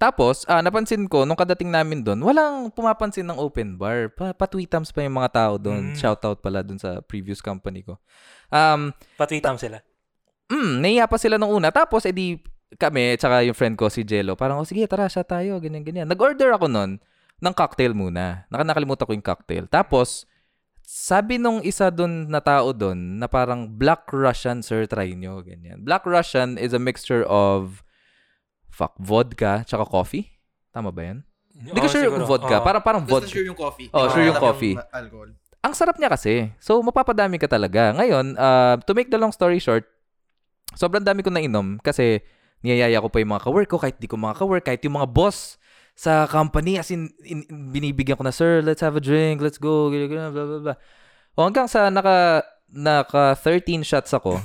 [SPEAKER 2] Tapos, ah, napansin ko, nung kadating namin doon, walang pumapansin ng open bar. Pa, patweetams pa yung mga tao doon.
[SPEAKER 1] Mm.
[SPEAKER 2] Shoutout pala doon sa previous company ko. Um,
[SPEAKER 1] Patwitam sila.
[SPEAKER 2] mm, naiya pa sila nung una. Tapos, edi kami, tsaka yung friend ko, si Jello, parang, oh, sige, tara, siya tayo, ganyan, ganyan. Nag-order ako noon ng cocktail muna. Naka- Nakalimutan ko yung cocktail. Tapos, sabi nung isa doon na tao doon na parang Black Russian, sir, try nyo, ganyan. Black Russian is a mixture of fuck, vodka tsaka coffee? Tama ba yan? Hindi ko
[SPEAKER 1] Oo,
[SPEAKER 2] sure
[SPEAKER 1] siguro.
[SPEAKER 2] kung vodka.
[SPEAKER 1] Oo.
[SPEAKER 2] Parang, parang vodka.
[SPEAKER 3] yung coffee.
[SPEAKER 2] Oh,
[SPEAKER 1] sure
[SPEAKER 2] yung coffee.
[SPEAKER 3] Alcohol.
[SPEAKER 2] Ang sarap niya kasi. So, mapapadami ka talaga. Ngayon, ah, to make the long story short, sobrang dami ko nainom kasi niyayaya ko pa yung mga kawork ko, kahit di ko mga kawork, kahit yung mga boss sa company, as in, in- in- binibigyan ko na, sir, let's have a drink, let's go, ganyan, ganyan, blah, blah, blah. O hanggang sa naka, naka 13 shots ako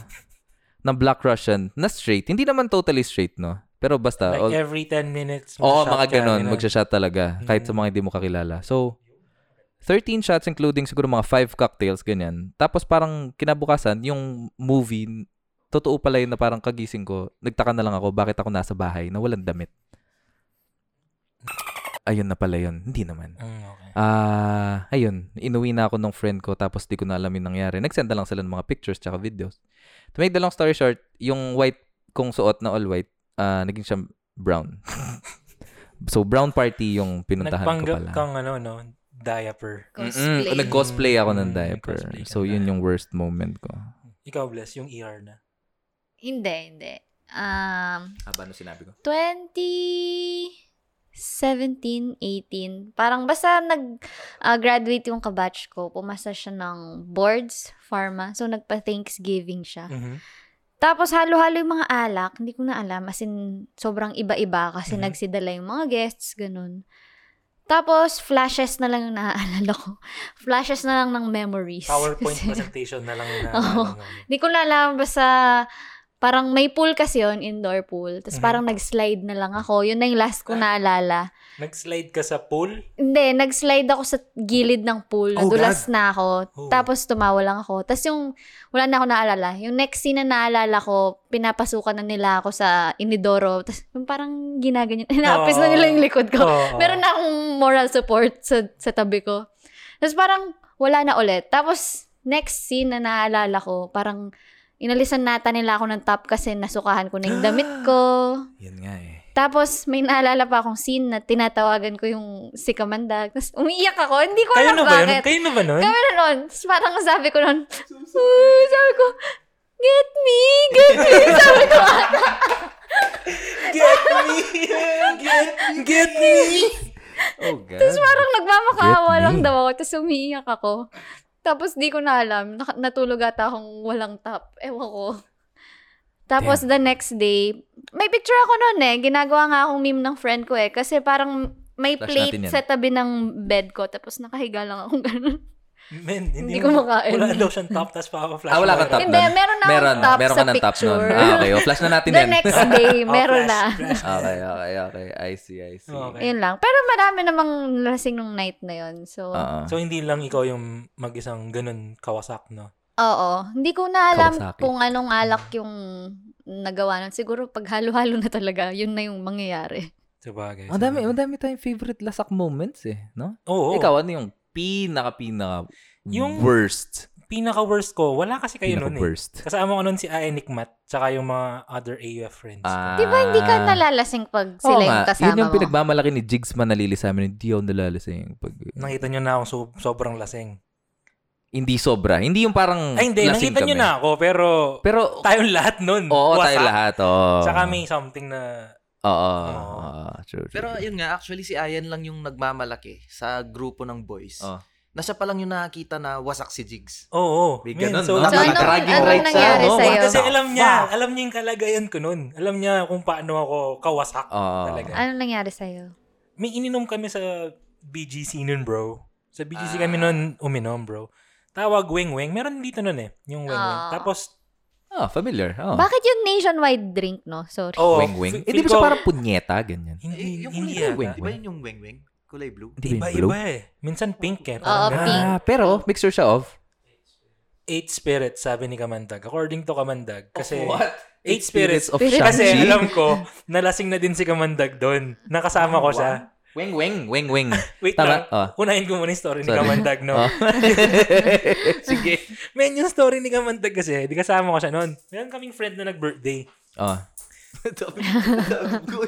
[SPEAKER 2] ng Black Russian na straight. Hindi naman totally straight, no? Pero basta, all-
[SPEAKER 1] Like every 10 minutes. magsashot
[SPEAKER 2] Oo, mga
[SPEAKER 1] ka,
[SPEAKER 2] ganun. Magsashot talaga. Kahit sa mga hindi mo kakilala. So, 13 shots including siguro mga 5 cocktails, ganyan. Tapos parang kinabukasan, yung movie, totoo pala yun na parang kagising ko, nagtaka na lang ako bakit ako nasa bahay na walang damit. Ayun na pala yun. Hindi naman.
[SPEAKER 1] Mm, okay.
[SPEAKER 2] Ah, ayun, inuwi na ako nung friend ko tapos di ko na alam yung nangyari. Nagsend na lang sila ng mga pictures tsaka videos. To make the long story short, yung white kong suot na all white, ah, naging siya brown. so, brown party yung pinuntahan ko
[SPEAKER 1] Nagpanggap
[SPEAKER 2] pala.
[SPEAKER 1] kang ano, no? Diaper.
[SPEAKER 2] Mm-mm,
[SPEAKER 4] Cosplay.
[SPEAKER 2] Nag-cosplay ako ng
[SPEAKER 1] Mm,
[SPEAKER 2] diaper.
[SPEAKER 1] nag-cosplay ka
[SPEAKER 2] So,
[SPEAKER 1] ng
[SPEAKER 2] yun
[SPEAKER 1] diaper.
[SPEAKER 2] yung worst moment ko.
[SPEAKER 1] Ikaw, Bless, yung ER na.
[SPEAKER 4] Hindi, hindi. Um,
[SPEAKER 2] Aba, ano sinabi ko?
[SPEAKER 4] 2017, 18. Parang basta nag-graduate yung kabatch ko, pumasa siya ng boards, pharma. So, nagpa-Thanksgiving siya.
[SPEAKER 1] Mhm.
[SPEAKER 4] Tapos halo-halo yung mga alak, hindi ko na alam. As in, sobrang iba-iba kasi
[SPEAKER 1] Mhm.
[SPEAKER 4] nagsidala yung mga guests, ganun. Tapos, flashes na lang yung naaalala ko. Flashes na lang ng memories.
[SPEAKER 1] PowerPoint
[SPEAKER 4] Kasi-
[SPEAKER 1] presentation na lang na.
[SPEAKER 4] Oo.
[SPEAKER 1] ano, ano.
[SPEAKER 4] Hindi ko na alam, basta parang may pool kasi yon indoor pool.
[SPEAKER 1] Mhm.
[SPEAKER 4] Tapos parang nag-slide na lang ako. Yun na yung last ko naalala.
[SPEAKER 1] Nag-slide ka sa pool?
[SPEAKER 4] Hindi, nag-slide ako sa gilid ng pool.
[SPEAKER 1] Oh,
[SPEAKER 4] Nadulas na ako.
[SPEAKER 1] Oh.
[SPEAKER 4] Tapos tumawa lang ako. Tapos yung, wala na ako naalala. Yung next scene na naalala ko, pinapasukan na nila ako sa inidoro. Tapos yung parang ginaganyan. Inaapis na nila
[SPEAKER 1] Oh.
[SPEAKER 4] yung likod ko.
[SPEAKER 1] Oo.
[SPEAKER 4] Meron na akong moral support sa, sa tabi ko. Tapos parang wala na ulit. Tapos next scene na naalala ko, parang inalisan nata nila ako ng top kasi nasukahan ko na yung damit ko.
[SPEAKER 2] Yun nga eh.
[SPEAKER 4] Tapos may naalala pa akong scene na tinatawagan ko yung si Kamandag. Tapos umiiyak ako. Hindi ko
[SPEAKER 1] Kayo
[SPEAKER 4] alam
[SPEAKER 1] na ba yun?
[SPEAKER 4] bakit.
[SPEAKER 1] Kayo na ba nun?
[SPEAKER 4] Kami na nun. Tapos parang sabi ko nun, "Uy," sabi ko, get me, get me. sabi ko,
[SPEAKER 1] Get me! Get, get me!
[SPEAKER 2] Oh, God.
[SPEAKER 4] Tapos parang nagmamakawa
[SPEAKER 2] Get me.
[SPEAKER 4] lang daw ako. Tapos umiiyak ako. Tapos di ko na alam. Nak- Natulog ata akong walang top. Ewan ko. Tapos the next day, may picture ako noon eh. Ginagawa nga akong meme ng friend ko eh. Kasi parang may
[SPEAKER 2] Flash
[SPEAKER 4] plate
[SPEAKER 2] natin yan.
[SPEAKER 4] sa tabi ng bed ko. Tapos nakahiga lang akong ganun.
[SPEAKER 1] Men, hindi,
[SPEAKER 4] Hindi ko makain.
[SPEAKER 1] Wala daw siyang top, tapos pa-flash.
[SPEAKER 2] Ah, wala kang top
[SPEAKER 4] Hindi,
[SPEAKER 2] nun?
[SPEAKER 4] meron na akong
[SPEAKER 2] meron,
[SPEAKER 4] top
[SPEAKER 2] meron
[SPEAKER 4] sa
[SPEAKER 2] ka ng top nun.
[SPEAKER 4] picture.
[SPEAKER 2] Ah, okay. O, flash na natin
[SPEAKER 4] The
[SPEAKER 2] yan. Oh,
[SPEAKER 4] next day,
[SPEAKER 1] Oh,
[SPEAKER 4] meron na.
[SPEAKER 2] okay, okay, okay. I see, I see.
[SPEAKER 1] Okay.
[SPEAKER 4] Yun lang. Pero marami namang lasing nung night na yun. So,
[SPEAKER 2] Ah, ah.
[SPEAKER 1] So, hindi lang ikaw yung mag-isang ganun kawasak, no?
[SPEAKER 4] oo. Hindi ko na alam
[SPEAKER 2] Kawasaki.
[SPEAKER 4] kung anong alak yung nagawa nun. Siguro pag halo-halo na talaga, yun na yung mangyayari.
[SPEAKER 1] Sabagay.
[SPEAKER 2] Madami,
[SPEAKER 1] sabagay.
[SPEAKER 2] madami tayong favorite lasak moments eh, no?
[SPEAKER 1] Oo.
[SPEAKER 2] Ikaw, ano yung pinaka-pinaka
[SPEAKER 1] Oh. Yung-
[SPEAKER 2] worst?
[SPEAKER 1] Pinaka-worst ko, wala kasi kayo nun eh.
[SPEAKER 2] Pinaka-worst.
[SPEAKER 1] Kasama ko nun si Aenik Mat, tsaka yung mga other AUF friends.
[SPEAKER 2] Ah,
[SPEAKER 4] Di ba hindi ka nalalasing pag sila
[SPEAKER 2] oo nga,
[SPEAKER 4] yung kasama
[SPEAKER 2] Yun yung
[SPEAKER 4] mo?
[SPEAKER 2] pinagmamalaki ni Jigs manalili sa amin. Hindi ako nalalasing. Pag,
[SPEAKER 1] Nakita nyo na akong so- sobrang lasing.
[SPEAKER 2] hindi sobra. Hindi yung parang
[SPEAKER 1] Ay, hindi.
[SPEAKER 2] Hmm. lasing
[SPEAKER 1] Nakita
[SPEAKER 2] kami.
[SPEAKER 1] nyo na ako, pero
[SPEAKER 2] Pero,
[SPEAKER 1] tayong lahat nun.
[SPEAKER 2] oo,
[SPEAKER 1] wasak.
[SPEAKER 2] tayo lahat. Oo.
[SPEAKER 1] Tsaka may something na...
[SPEAKER 2] Oo.
[SPEAKER 1] Oo.
[SPEAKER 2] oo, true, true,
[SPEAKER 3] Pero
[SPEAKER 2] true.
[SPEAKER 3] yun nga, actually si Ayan lang yung nagmamalaki sa grupo ng boys.
[SPEAKER 2] Oh.
[SPEAKER 3] Nasa pa lang yung nakakita na wasak si Jigs.
[SPEAKER 1] Oo, oh,
[SPEAKER 2] May ganun,
[SPEAKER 1] so,
[SPEAKER 2] no?
[SPEAKER 4] So, anong,
[SPEAKER 2] Dragging
[SPEAKER 4] anong
[SPEAKER 2] rights,
[SPEAKER 4] ano nangyari
[SPEAKER 2] ah, oo,
[SPEAKER 4] sa'yo?
[SPEAKER 1] Kasi alam niya, alam niya yung kalagayan ko nun. Alam niya kung paano ako kawasak.
[SPEAKER 2] Oo.
[SPEAKER 1] Talaga.
[SPEAKER 4] Anong nangyari sa'yo?
[SPEAKER 1] May ininom kami sa BGC nun, bro. Sa BGC kami
[SPEAKER 4] Ah.
[SPEAKER 1] nun, uminom, bro. Tawag Wing Wing. Meron dito nun eh, yung Wing Wing.
[SPEAKER 4] Ah.
[SPEAKER 1] Tapos,
[SPEAKER 2] Ah, familiar. Oo.
[SPEAKER 4] Bakit yung nationwide drink, no? Sorry.
[SPEAKER 1] oh,
[SPEAKER 2] wing wing.
[SPEAKER 1] fi-
[SPEAKER 2] Eh,
[SPEAKER 1] feel
[SPEAKER 2] di ba siya
[SPEAKER 1] ko-
[SPEAKER 2] parang punyeta, ganyan?
[SPEAKER 1] Hindi,
[SPEAKER 3] Eh, yung
[SPEAKER 1] hindi
[SPEAKER 3] kulay
[SPEAKER 1] yata.
[SPEAKER 3] blue,
[SPEAKER 2] Wing
[SPEAKER 3] di ba yun yung weng-weng? Kulay blue?
[SPEAKER 2] Hindi ba yung blue?
[SPEAKER 1] Iba-iba eh. Minsan pink eh.
[SPEAKER 4] Oo,
[SPEAKER 1] Parang ganun.
[SPEAKER 4] pink.
[SPEAKER 2] Ah, pero mixture siya of
[SPEAKER 1] Eight spirits, sabi ni Kamandag. According to Kamandag. Kasi, Eight
[SPEAKER 2] Eight
[SPEAKER 1] spirits.
[SPEAKER 2] Spirits of
[SPEAKER 4] Spirits.
[SPEAKER 2] Shang-Chi.
[SPEAKER 1] Kasi alam ko, nalasing na din si Kamandag doon. Nakasama ko siya.
[SPEAKER 2] Weng, weng, weng, weng.
[SPEAKER 1] Wait lang.
[SPEAKER 2] Tama? Oh.
[SPEAKER 1] Unahin ko muna yung story ni
[SPEAKER 2] Sorry.
[SPEAKER 1] Kamandag, no?
[SPEAKER 2] Oh.
[SPEAKER 1] Sige. Men, yung story ni Kamandag kasi, di kasama ko siya noon. Meron kaming friend na nag-birthday.
[SPEAKER 2] oh.
[SPEAKER 3] Dami- dami ko.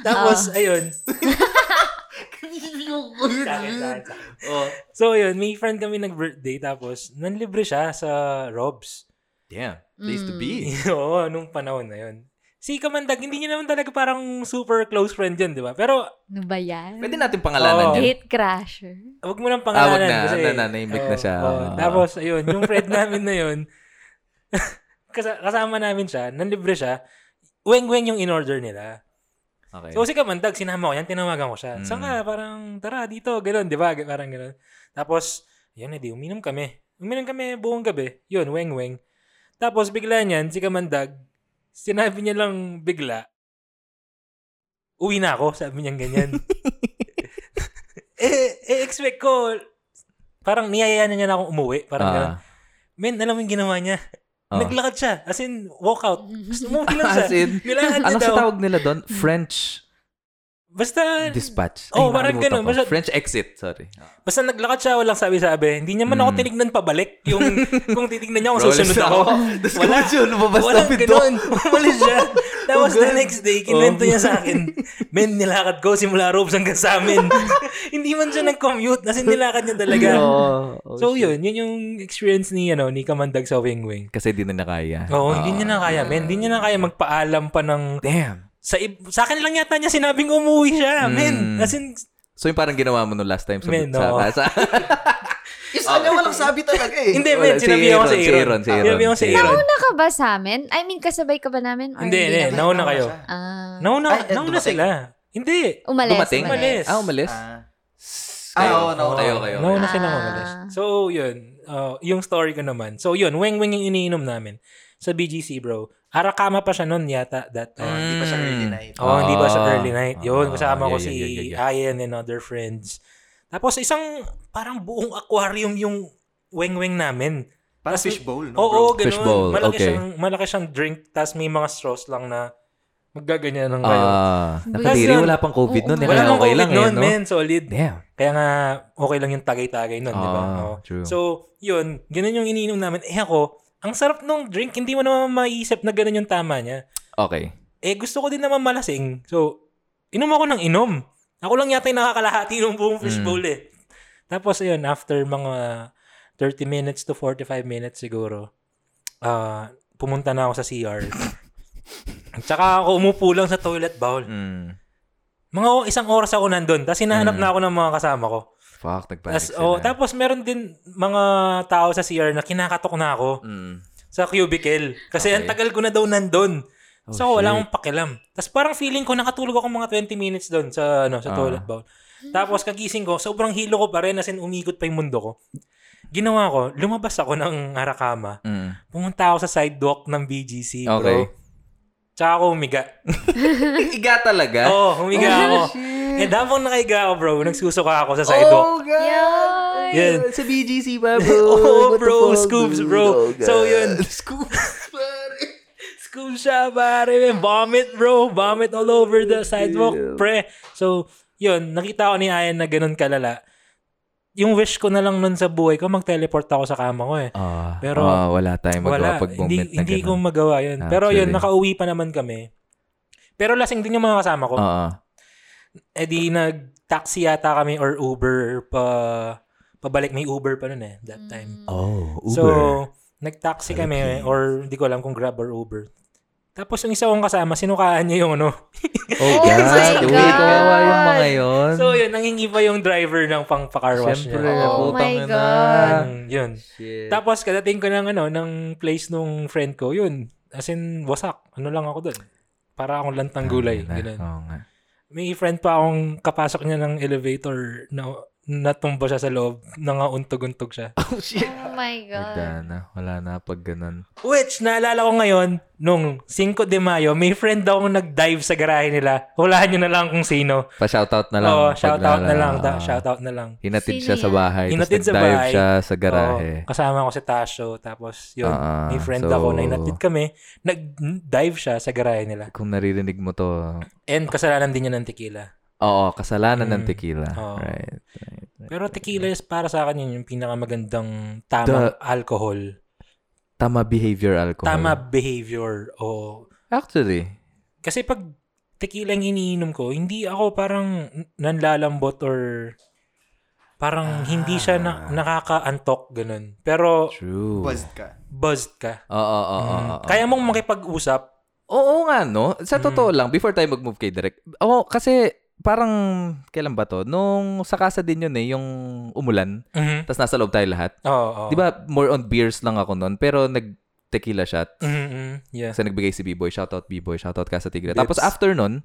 [SPEAKER 1] Tapos,
[SPEAKER 4] Ah.
[SPEAKER 1] ayun.
[SPEAKER 3] Yung
[SPEAKER 1] Sa
[SPEAKER 3] kulay
[SPEAKER 1] akin, sa
[SPEAKER 3] blue.
[SPEAKER 1] akin, sa akin.
[SPEAKER 3] Oh.
[SPEAKER 1] So, ayun, may friend kami nag-birthday. Tapos, nanlibre siya sa Robs.
[SPEAKER 2] Damn. Place to
[SPEAKER 1] Mm.
[SPEAKER 2] be.
[SPEAKER 1] Oo, nung panahon na yun. Si Kamandag, hindi niya naman talaga parang super close friend yun, di ba? Pero,
[SPEAKER 4] Ano ba yan?
[SPEAKER 2] Pwede natin
[SPEAKER 1] Oo.
[SPEAKER 2] pangalanan yan.
[SPEAKER 4] Hate crasher.
[SPEAKER 1] wag mo nang
[SPEAKER 2] Ah, wag
[SPEAKER 1] pangalanan.
[SPEAKER 2] na.
[SPEAKER 1] kasi,
[SPEAKER 2] Na- na- na-imik na
[SPEAKER 1] oo,
[SPEAKER 2] siya.
[SPEAKER 1] oo. Tapos, ayun, yung friend namin na yun, kasa- kasama namin siya, nanlibre siya, weng-weng yung in-order nila.
[SPEAKER 2] Okay.
[SPEAKER 1] So, si Kamandag, sinama ko yan, tinawagan ko siya.
[SPEAKER 2] Mm.
[SPEAKER 1] Saan ka? Parang, tara, dito, gano'n, di ba? G- Parang gano'n. Tapos, yun, edi, uminom kami. Uminom kami buong gabi. Yun, weng-weng. Tapos, bigla niyan, si Kamandag, sinabi niya lang bigla, uwi na ako, sabi niya ganyan. eh, eh, expect ko, parang niyayaan na niya na akong umuwi. Parang gano'n.
[SPEAKER 2] Ah.
[SPEAKER 1] Men, alam mo yung ginawa niya.
[SPEAKER 2] Ah.
[SPEAKER 1] Naglakad siya. As in, walk out. Gusto mo, lang
[SPEAKER 2] As
[SPEAKER 1] siya.
[SPEAKER 2] in,
[SPEAKER 1] Nilakad niya
[SPEAKER 2] ano sa
[SPEAKER 1] daw.
[SPEAKER 2] tawag nila doon? French
[SPEAKER 1] Basta,
[SPEAKER 2] Dispatch.
[SPEAKER 1] Oh,
[SPEAKER 2] Ay,
[SPEAKER 1] parang
[SPEAKER 2] nakalimutan
[SPEAKER 1] ganun.
[SPEAKER 2] ko.
[SPEAKER 1] Basta-
[SPEAKER 2] French exit, sorry.
[SPEAKER 1] basta naglakad siya, walang sabi-sabi. Hindi niya man ako tinignan pabalik. Yung, kung titignan niya, kung susunod Oh, ako.
[SPEAKER 2] Tapos
[SPEAKER 1] Wala.
[SPEAKER 2] kung yun, lumabas na
[SPEAKER 1] Walang
[SPEAKER 2] pito.
[SPEAKER 1] ganun. Umalis siya. Tapos
[SPEAKER 2] Oh,
[SPEAKER 1] the
[SPEAKER 2] God.
[SPEAKER 1] next day, kinwento niya sa akin, men, nilakad ko simula Robes hanggang sa amin. Hindi man siya nag-commute, kasi nilakad niya talaga.
[SPEAKER 2] Oh,
[SPEAKER 1] so yun, yun yung experience ni, ano, ni Kamandag sa Wing Wing.
[SPEAKER 2] Kasi di na nakaya.
[SPEAKER 1] Oo, hindi niya na kaya, men. Hindi niya na kaya magpaalam pa ng...
[SPEAKER 2] Damn.
[SPEAKER 1] Sa, ib- sa akin lang yata niya sinabing umuwi siya, men. As in,
[SPEAKER 2] So yung parang ginawa mo no last time sa...
[SPEAKER 1] Men,
[SPEAKER 2] sa,
[SPEAKER 1] oo.
[SPEAKER 2] sa,
[SPEAKER 3] Yung sa kanya walang sabi talaga eh.
[SPEAKER 1] hindi, men.
[SPEAKER 2] Wala, si
[SPEAKER 1] Sinabi ako sa
[SPEAKER 2] Aaron, si Aaron,
[SPEAKER 1] Aaron.
[SPEAKER 2] si Aaron,
[SPEAKER 1] Sinabi ako sa
[SPEAKER 2] si
[SPEAKER 1] Aaron.
[SPEAKER 4] Nauna ka ba sa amin? I mean, kasabay ka ba namin? Or
[SPEAKER 1] Hindi, hindi.
[SPEAKER 4] naman?
[SPEAKER 1] Nauna kayo.
[SPEAKER 3] siya.
[SPEAKER 4] Ah.
[SPEAKER 1] Nauna,
[SPEAKER 3] Ay, eh,
[SPEAKER 1] nauna
[SPEAKER 3] dumating.
[SPEAKER 1] sila. Hindi.
[SPEAKER 4] umalis.
[SPEAKER 2] dumating?
[SPEAKER 1] Umalis.
[SPEAKER 2] Ah, umalis?
[SPEAKER 3] Ah. Ah,
[SPEAKER 2] Kayo.
[SPEAKER 3] oo, oo.
[SPEAKER 2] Kayo, kayo.
[SPEAKER 1] Nauna sila
[SPEAKER 4] Ah.
[SPEAKER 1] umalis. So, yun. Uh, yung story ko naman. So, yun. Weng-weng yung iniinom namin. Sa BGC, bro. Arakama pa siya nun yata that
[SPEAKER 3] Oh,
[SPEAKER 1] time.
[SPEAKER 3] hindi pa siya
[SPEAKER 2] Mm.
[SPEAKER 3] early night.
[SPEAKER 1] Oh, hindi ba sa
[SPEAKER 2] Ah.
[SPEAKER 1] early night? Yun,
[SPEAKER 2] Ah,
[SPEAKER 1] kasama ko
[SPEAKER 2] yeah,
[SPEAKER 1] si
[SPEAKER 2] yeah, yeah, yeah,
[SPEAKER 1] Ayan and other friends. Tapos isang parang buong aquarium yung weng-weng namin.
[SPEAKER 3] Parang
[SPEAKER 1] Tas-
[SPEAKER 3] fish bowl, no?
[SPEAKER 1] Oo,
[SPEAKER 3] bro?
[SPEAKER 1] ganun.
[SPEAKER 2] Ano, Fishbowl,
[SPEAKER 1] malaki,
[SPEAKER 2] okay.
[SPEAKER 1] siyang, malaki siyang drink, tapos may mga straws lang na magaganyan ng kayo.
[SPEAKER 2] Ah,
[SPEAKER 4] Tapos
[SPEAKER 2] nakadiri,
[SPEAKER 1] yun-
[SPEAKER 2] wala pang COVID nun.
[SPEAKER 4] Oo,
[SPEAKER 2] eh,
[SPEAKER 1] Wala
[SPEAKER 2] kaya
[SPEAKER 1] nang
[SPEAKER 2] okay
[SPEAKER 1] COVID
[SPEAKER 2] lang
[SPEAKER 1] nun,
[SPEAKER 2] eh, no?
[SPEAKER 1] men. Solid.
[SPEAKER 2] Damn.
[SPEAKER 1] Kaya nga, okay lang yung tagay-tagay nun, di ba?
[SPEAKER 2] Ah,
[SPEAKER 1] Oo.
[SPEAKER 2] true.
[SPEAKER 1] So, yun, ganun yung iniinom namin. Eh ako, ang sarap nung drink, hindi mo naman maiisip na ganun yung tama niya.
[SPEAKER 2] Okay.
[SPEAKER 1] Eh, gusto ko din naman malasing. So, inom ako ng inom. Ako lang yata yung nakakalahati ng buong
[SPEAKER 2] Mm.
[SPEAKER 1] fishbowl eh. Tapos, ayun, after mga 30 minutes to 45 minutes siguro, ah, pumunta na ako sa CR. Tsaka ako umupo lang sa toilet bowl.
[SPEAKER 2] Mm.
[SPEAKER 1] Mga o- isang oras ako nandun. Tapos hinahanap
[SPEAKER 2] Mm.
[SPEAKER 1] na ako ng mga kasama ko.
[SPEAKER 2] Fuck, nagpanik
[SPEAKER 1] Tas,
[SPEAKER 2] sila.
[SPEAKER 1] oh, tapos meron din mga tao sa CR na kinakatok na ako
[SPEAKER 2] Mm.
[SPEAKER 1] sa cubicle. Kasi
[SPEAKER 2] Okay.
[SPEAKER 1] ang tagal ko na daw nandun.
[SPEAKER 2] Oh,
[SPEAKER 1] so, wala
[SPEAKER 2] shit.
[SPEAKER 1] akong pakialam. Tapos parang feeling ko nakatulog ako mga 20 minutes doon sa ano sa
[SPEAKER 2] Ah.
[SPEAKER 1] toilet bowl. Tapos kagising ko, sobrang hilo ko pa rin as in umikot pa yung mundo ko. Ginawa ko, lumabas ako ng Arakama.
[SPEAKER 2] Mm.
[SPEAKER 1] Pumunta ako sa sidewalk ng BGC, bro.
[SPEAKER 2] Okay.
[SPEAKER 1] Tsaka ako humiga.
[SPEAKER 2] Iga talaga?
[SPEAKER 1] Oo, oh, humiga ako. Eh, habang nakahiga ako, bro, nagsusuka ako sa
[SPEAKER 2] Oh,
[SPEAKER 3] Oh,
[SPEAKER 1] sidewalk.
[SPEAKER 2] God!
[SPEAKER 4] Yay!
[SPEAKER 1] Yan.
[SPEAKER 2] Sa BGC ba,
[SPEAKER 1] Oo,
[SPEAKER 2] What the
[SPEAKER 1] bro,
[SPEAKER 2] fuck,
[SPEAKER 1] scoops,
[SPEAKER 2] dude?
[SPEAKER 1] bro.
[SPEAKER 3] Oh,
[SPEAKER 1] So, yun.
[SPEAKER 2] Scoops, pare.
[SPEAKER 1] Scoop siya, pare. May Vomit, bro. Vomit all over the sidewalk,
[SPEAKER 2] Damn.
[SPEAKER 1] pre. So, yun. Nakita ko ni Ayan na ganun kalala. Yung wish ko na lang nun sa buhay ko, mag-teleport ako sa kama ko eh.
[SPEAKER 2] Ah,
[SPEAKER 1] Pero,
[SPEAKER 2] ah, wala tayong magawa
[SPEAKER 1] Wala.
[SPEAKER 2] pag moment
[SPEAKER 1] Hindi,
[SPEAKER 2] na
[SPEAKER 1] hindi ko
[SPEAKER 2] ganun.
[SPEAKER 1] magawa yun.
[SPEAKER 2] Ah,
[SPEAKER 1] Pero yun,
[SPEAKER 2] actually.
[SPEAKER 1] nakauwi pa naman kami. Pero lasing din yung mga kasama ko.
[SPEAKER 2] Oo.
[SPEAKER 1] Eh di nag-taxi yata kami or Uber pa pabalik. May Uber pa nun eh, that
[SPEAKER 4] Hmm.
[SPEAKER 1] time.
[SPEAKER 4] Mm.
[SPEAKER 2] Oh, Uber.
[SPEAKER 1] So, nag-taxi kami or hindi ko alam kung Grab or Uber. Tapos yung isa kong kasama, sinukaan niya yung ano.
[SPEAKER 2] oh,
[SPEAKER 4] Oh
[SPEAKER 2] God.
[SPEAKER 4] my
[SPEAKER 2] Uy, kawawa
[SPEAKER 4] God.
[SPEAKER 2] yung mga yun.
[SPEAKER 1] so, yun, nangingi pa yung driver ng pang car wash
[SPEAKER 2] Siyempre,
[SPEAKER 1] niya.
[SPEAKER 4] Oh
[SPEAKER 2] putang
[SPEAKER 4] my
[SPEAKER 2] ina.
[SPEAKER 4] God.
[SPEAKER 1] Mm, yun.
[SPEAKER 2] Shit.
[SPEAKER 1] Tapos, kadating ko ng, ano, ng place nung friend ko, yun, as in, wasak. Ano lang ako doon. Para akong lantang
[SPEAKER 2] Ah,
[SPEAKER 1] gulay.
[SPEAKER 2] Tangina.
[SPEAKER 1] Ganun.
[SPEAKER 2] Oo nga.
[SPEAKER 1] May friend pa akong kapasok niya ng elevator na natumba siya sa loob, nangauntog-untog siya.
[SPEAKER 4] Oh my God.
[SPEAKER 2] Wala na. Wala na pag ganun.
[SPEAKER 1] Which, naalala ko ngayon, nung 5 de Mayo, may friend daw akong nag-dive sa garahe nila. Hulaan nyo na lang kung sino.
[SPEAKER 2] Pa-shoutout na lang.
[SPEAKER 1] Oo,
[SPEAKER 2] pag
[SPEAKER 1] shoutout na
[SPEAKER 2] naalala.
[SPEAKER 1] lang.
[SPEAKER 2] Ah.
[SPEAKER 1] Da, shoutout na lang.
[SPEAKER 2] Hinatid
[SPEAKER 4] Sino
[SPEAKER 2] siya sa
[SPEAKER 4] yan?
[SPEAKER 2] bahay.
[SPEAKER 1] Hinatid
[SPEAKER 2] Hinatid
[SPEAKER 1] sa
[SPEAKER 2] sa dive
[SPEAKER 1] bahay.
[SPEAKER 2] siya sa garahe.
[SPEAKER 1] Oo, kasama ko si Tasho. Tapos, yun,
[SPEAKER 2] Ah,
[SPEAKER 1] may friend
[SPEAKER 2] so-
[SPEAKER 1] ako na inatid kami. Nag-dive siya sa garahe nila.
[SPEAKER 2] Kung naririnig mo to,
[SPEAKER 1] And kasalanan din niya ng tequila.
[SPEAKER 2] oo, kasalanan ng
[SPEAKER 1] Mm.
[SPEAKER 2] tequila.
[SPEAKER 1] Oo.
[SPEAKER 2] Right. right, right.
[SPEAKER 1] Pero tequila is para sa akin yun yung pinakamagandang tamang alcohol.
[SPEAKER 2] Tama behavior alcohol.
[SPEAKER 1] Tama behavior. O,
[SPEAKER 2] Actually.
[SPEAKER 1] kasi pag tequila yung iniinom ko, hindi ako parang nanlalambot or parang hindi siya na,
[SPEAKER 2] Ah.
[SPEAKER 1] nakakaantok, ganun. Pero
[SPEAKER 2] True. Oo,
[SPEAKER 3] Buzzed ka.
[SPEAKER 1] buzzed ka.
[SPEAKER 2] oo, oo,
[SPEAKER 1] Mm.
[SPEAKER 2] oo.
[SPEAKER 1] Kaya mong makipag-usap.
[SPEAKER 2] Oo nga, no? Sa
[SPEAKER 1] Mm.
[SPEAKER 2] totoo lang, before tayo mag-move kay Direk, oo, kasi parang, kailan ba to? Nung sa kasa din yun eh, yung umulan,
[SPEAKER 1] Mhm.
[SPEAKER 2] tapos nasa loob tayo lahat.
[SPEAKER 1] Oo. oo.
[SPEAKER 2] Di ba, more on beers lang ako noon, pero nag-tequila shot.
[SPEAKER 1] Mhm, Yeah.
[SPEAKER 2] Kasi nagbigay si B-Boy, shoutout B-Boy, shoutout ka sa Tigre.
[SPEAKER 1] Bips.
[SPEAKER 2] Tapos after nun,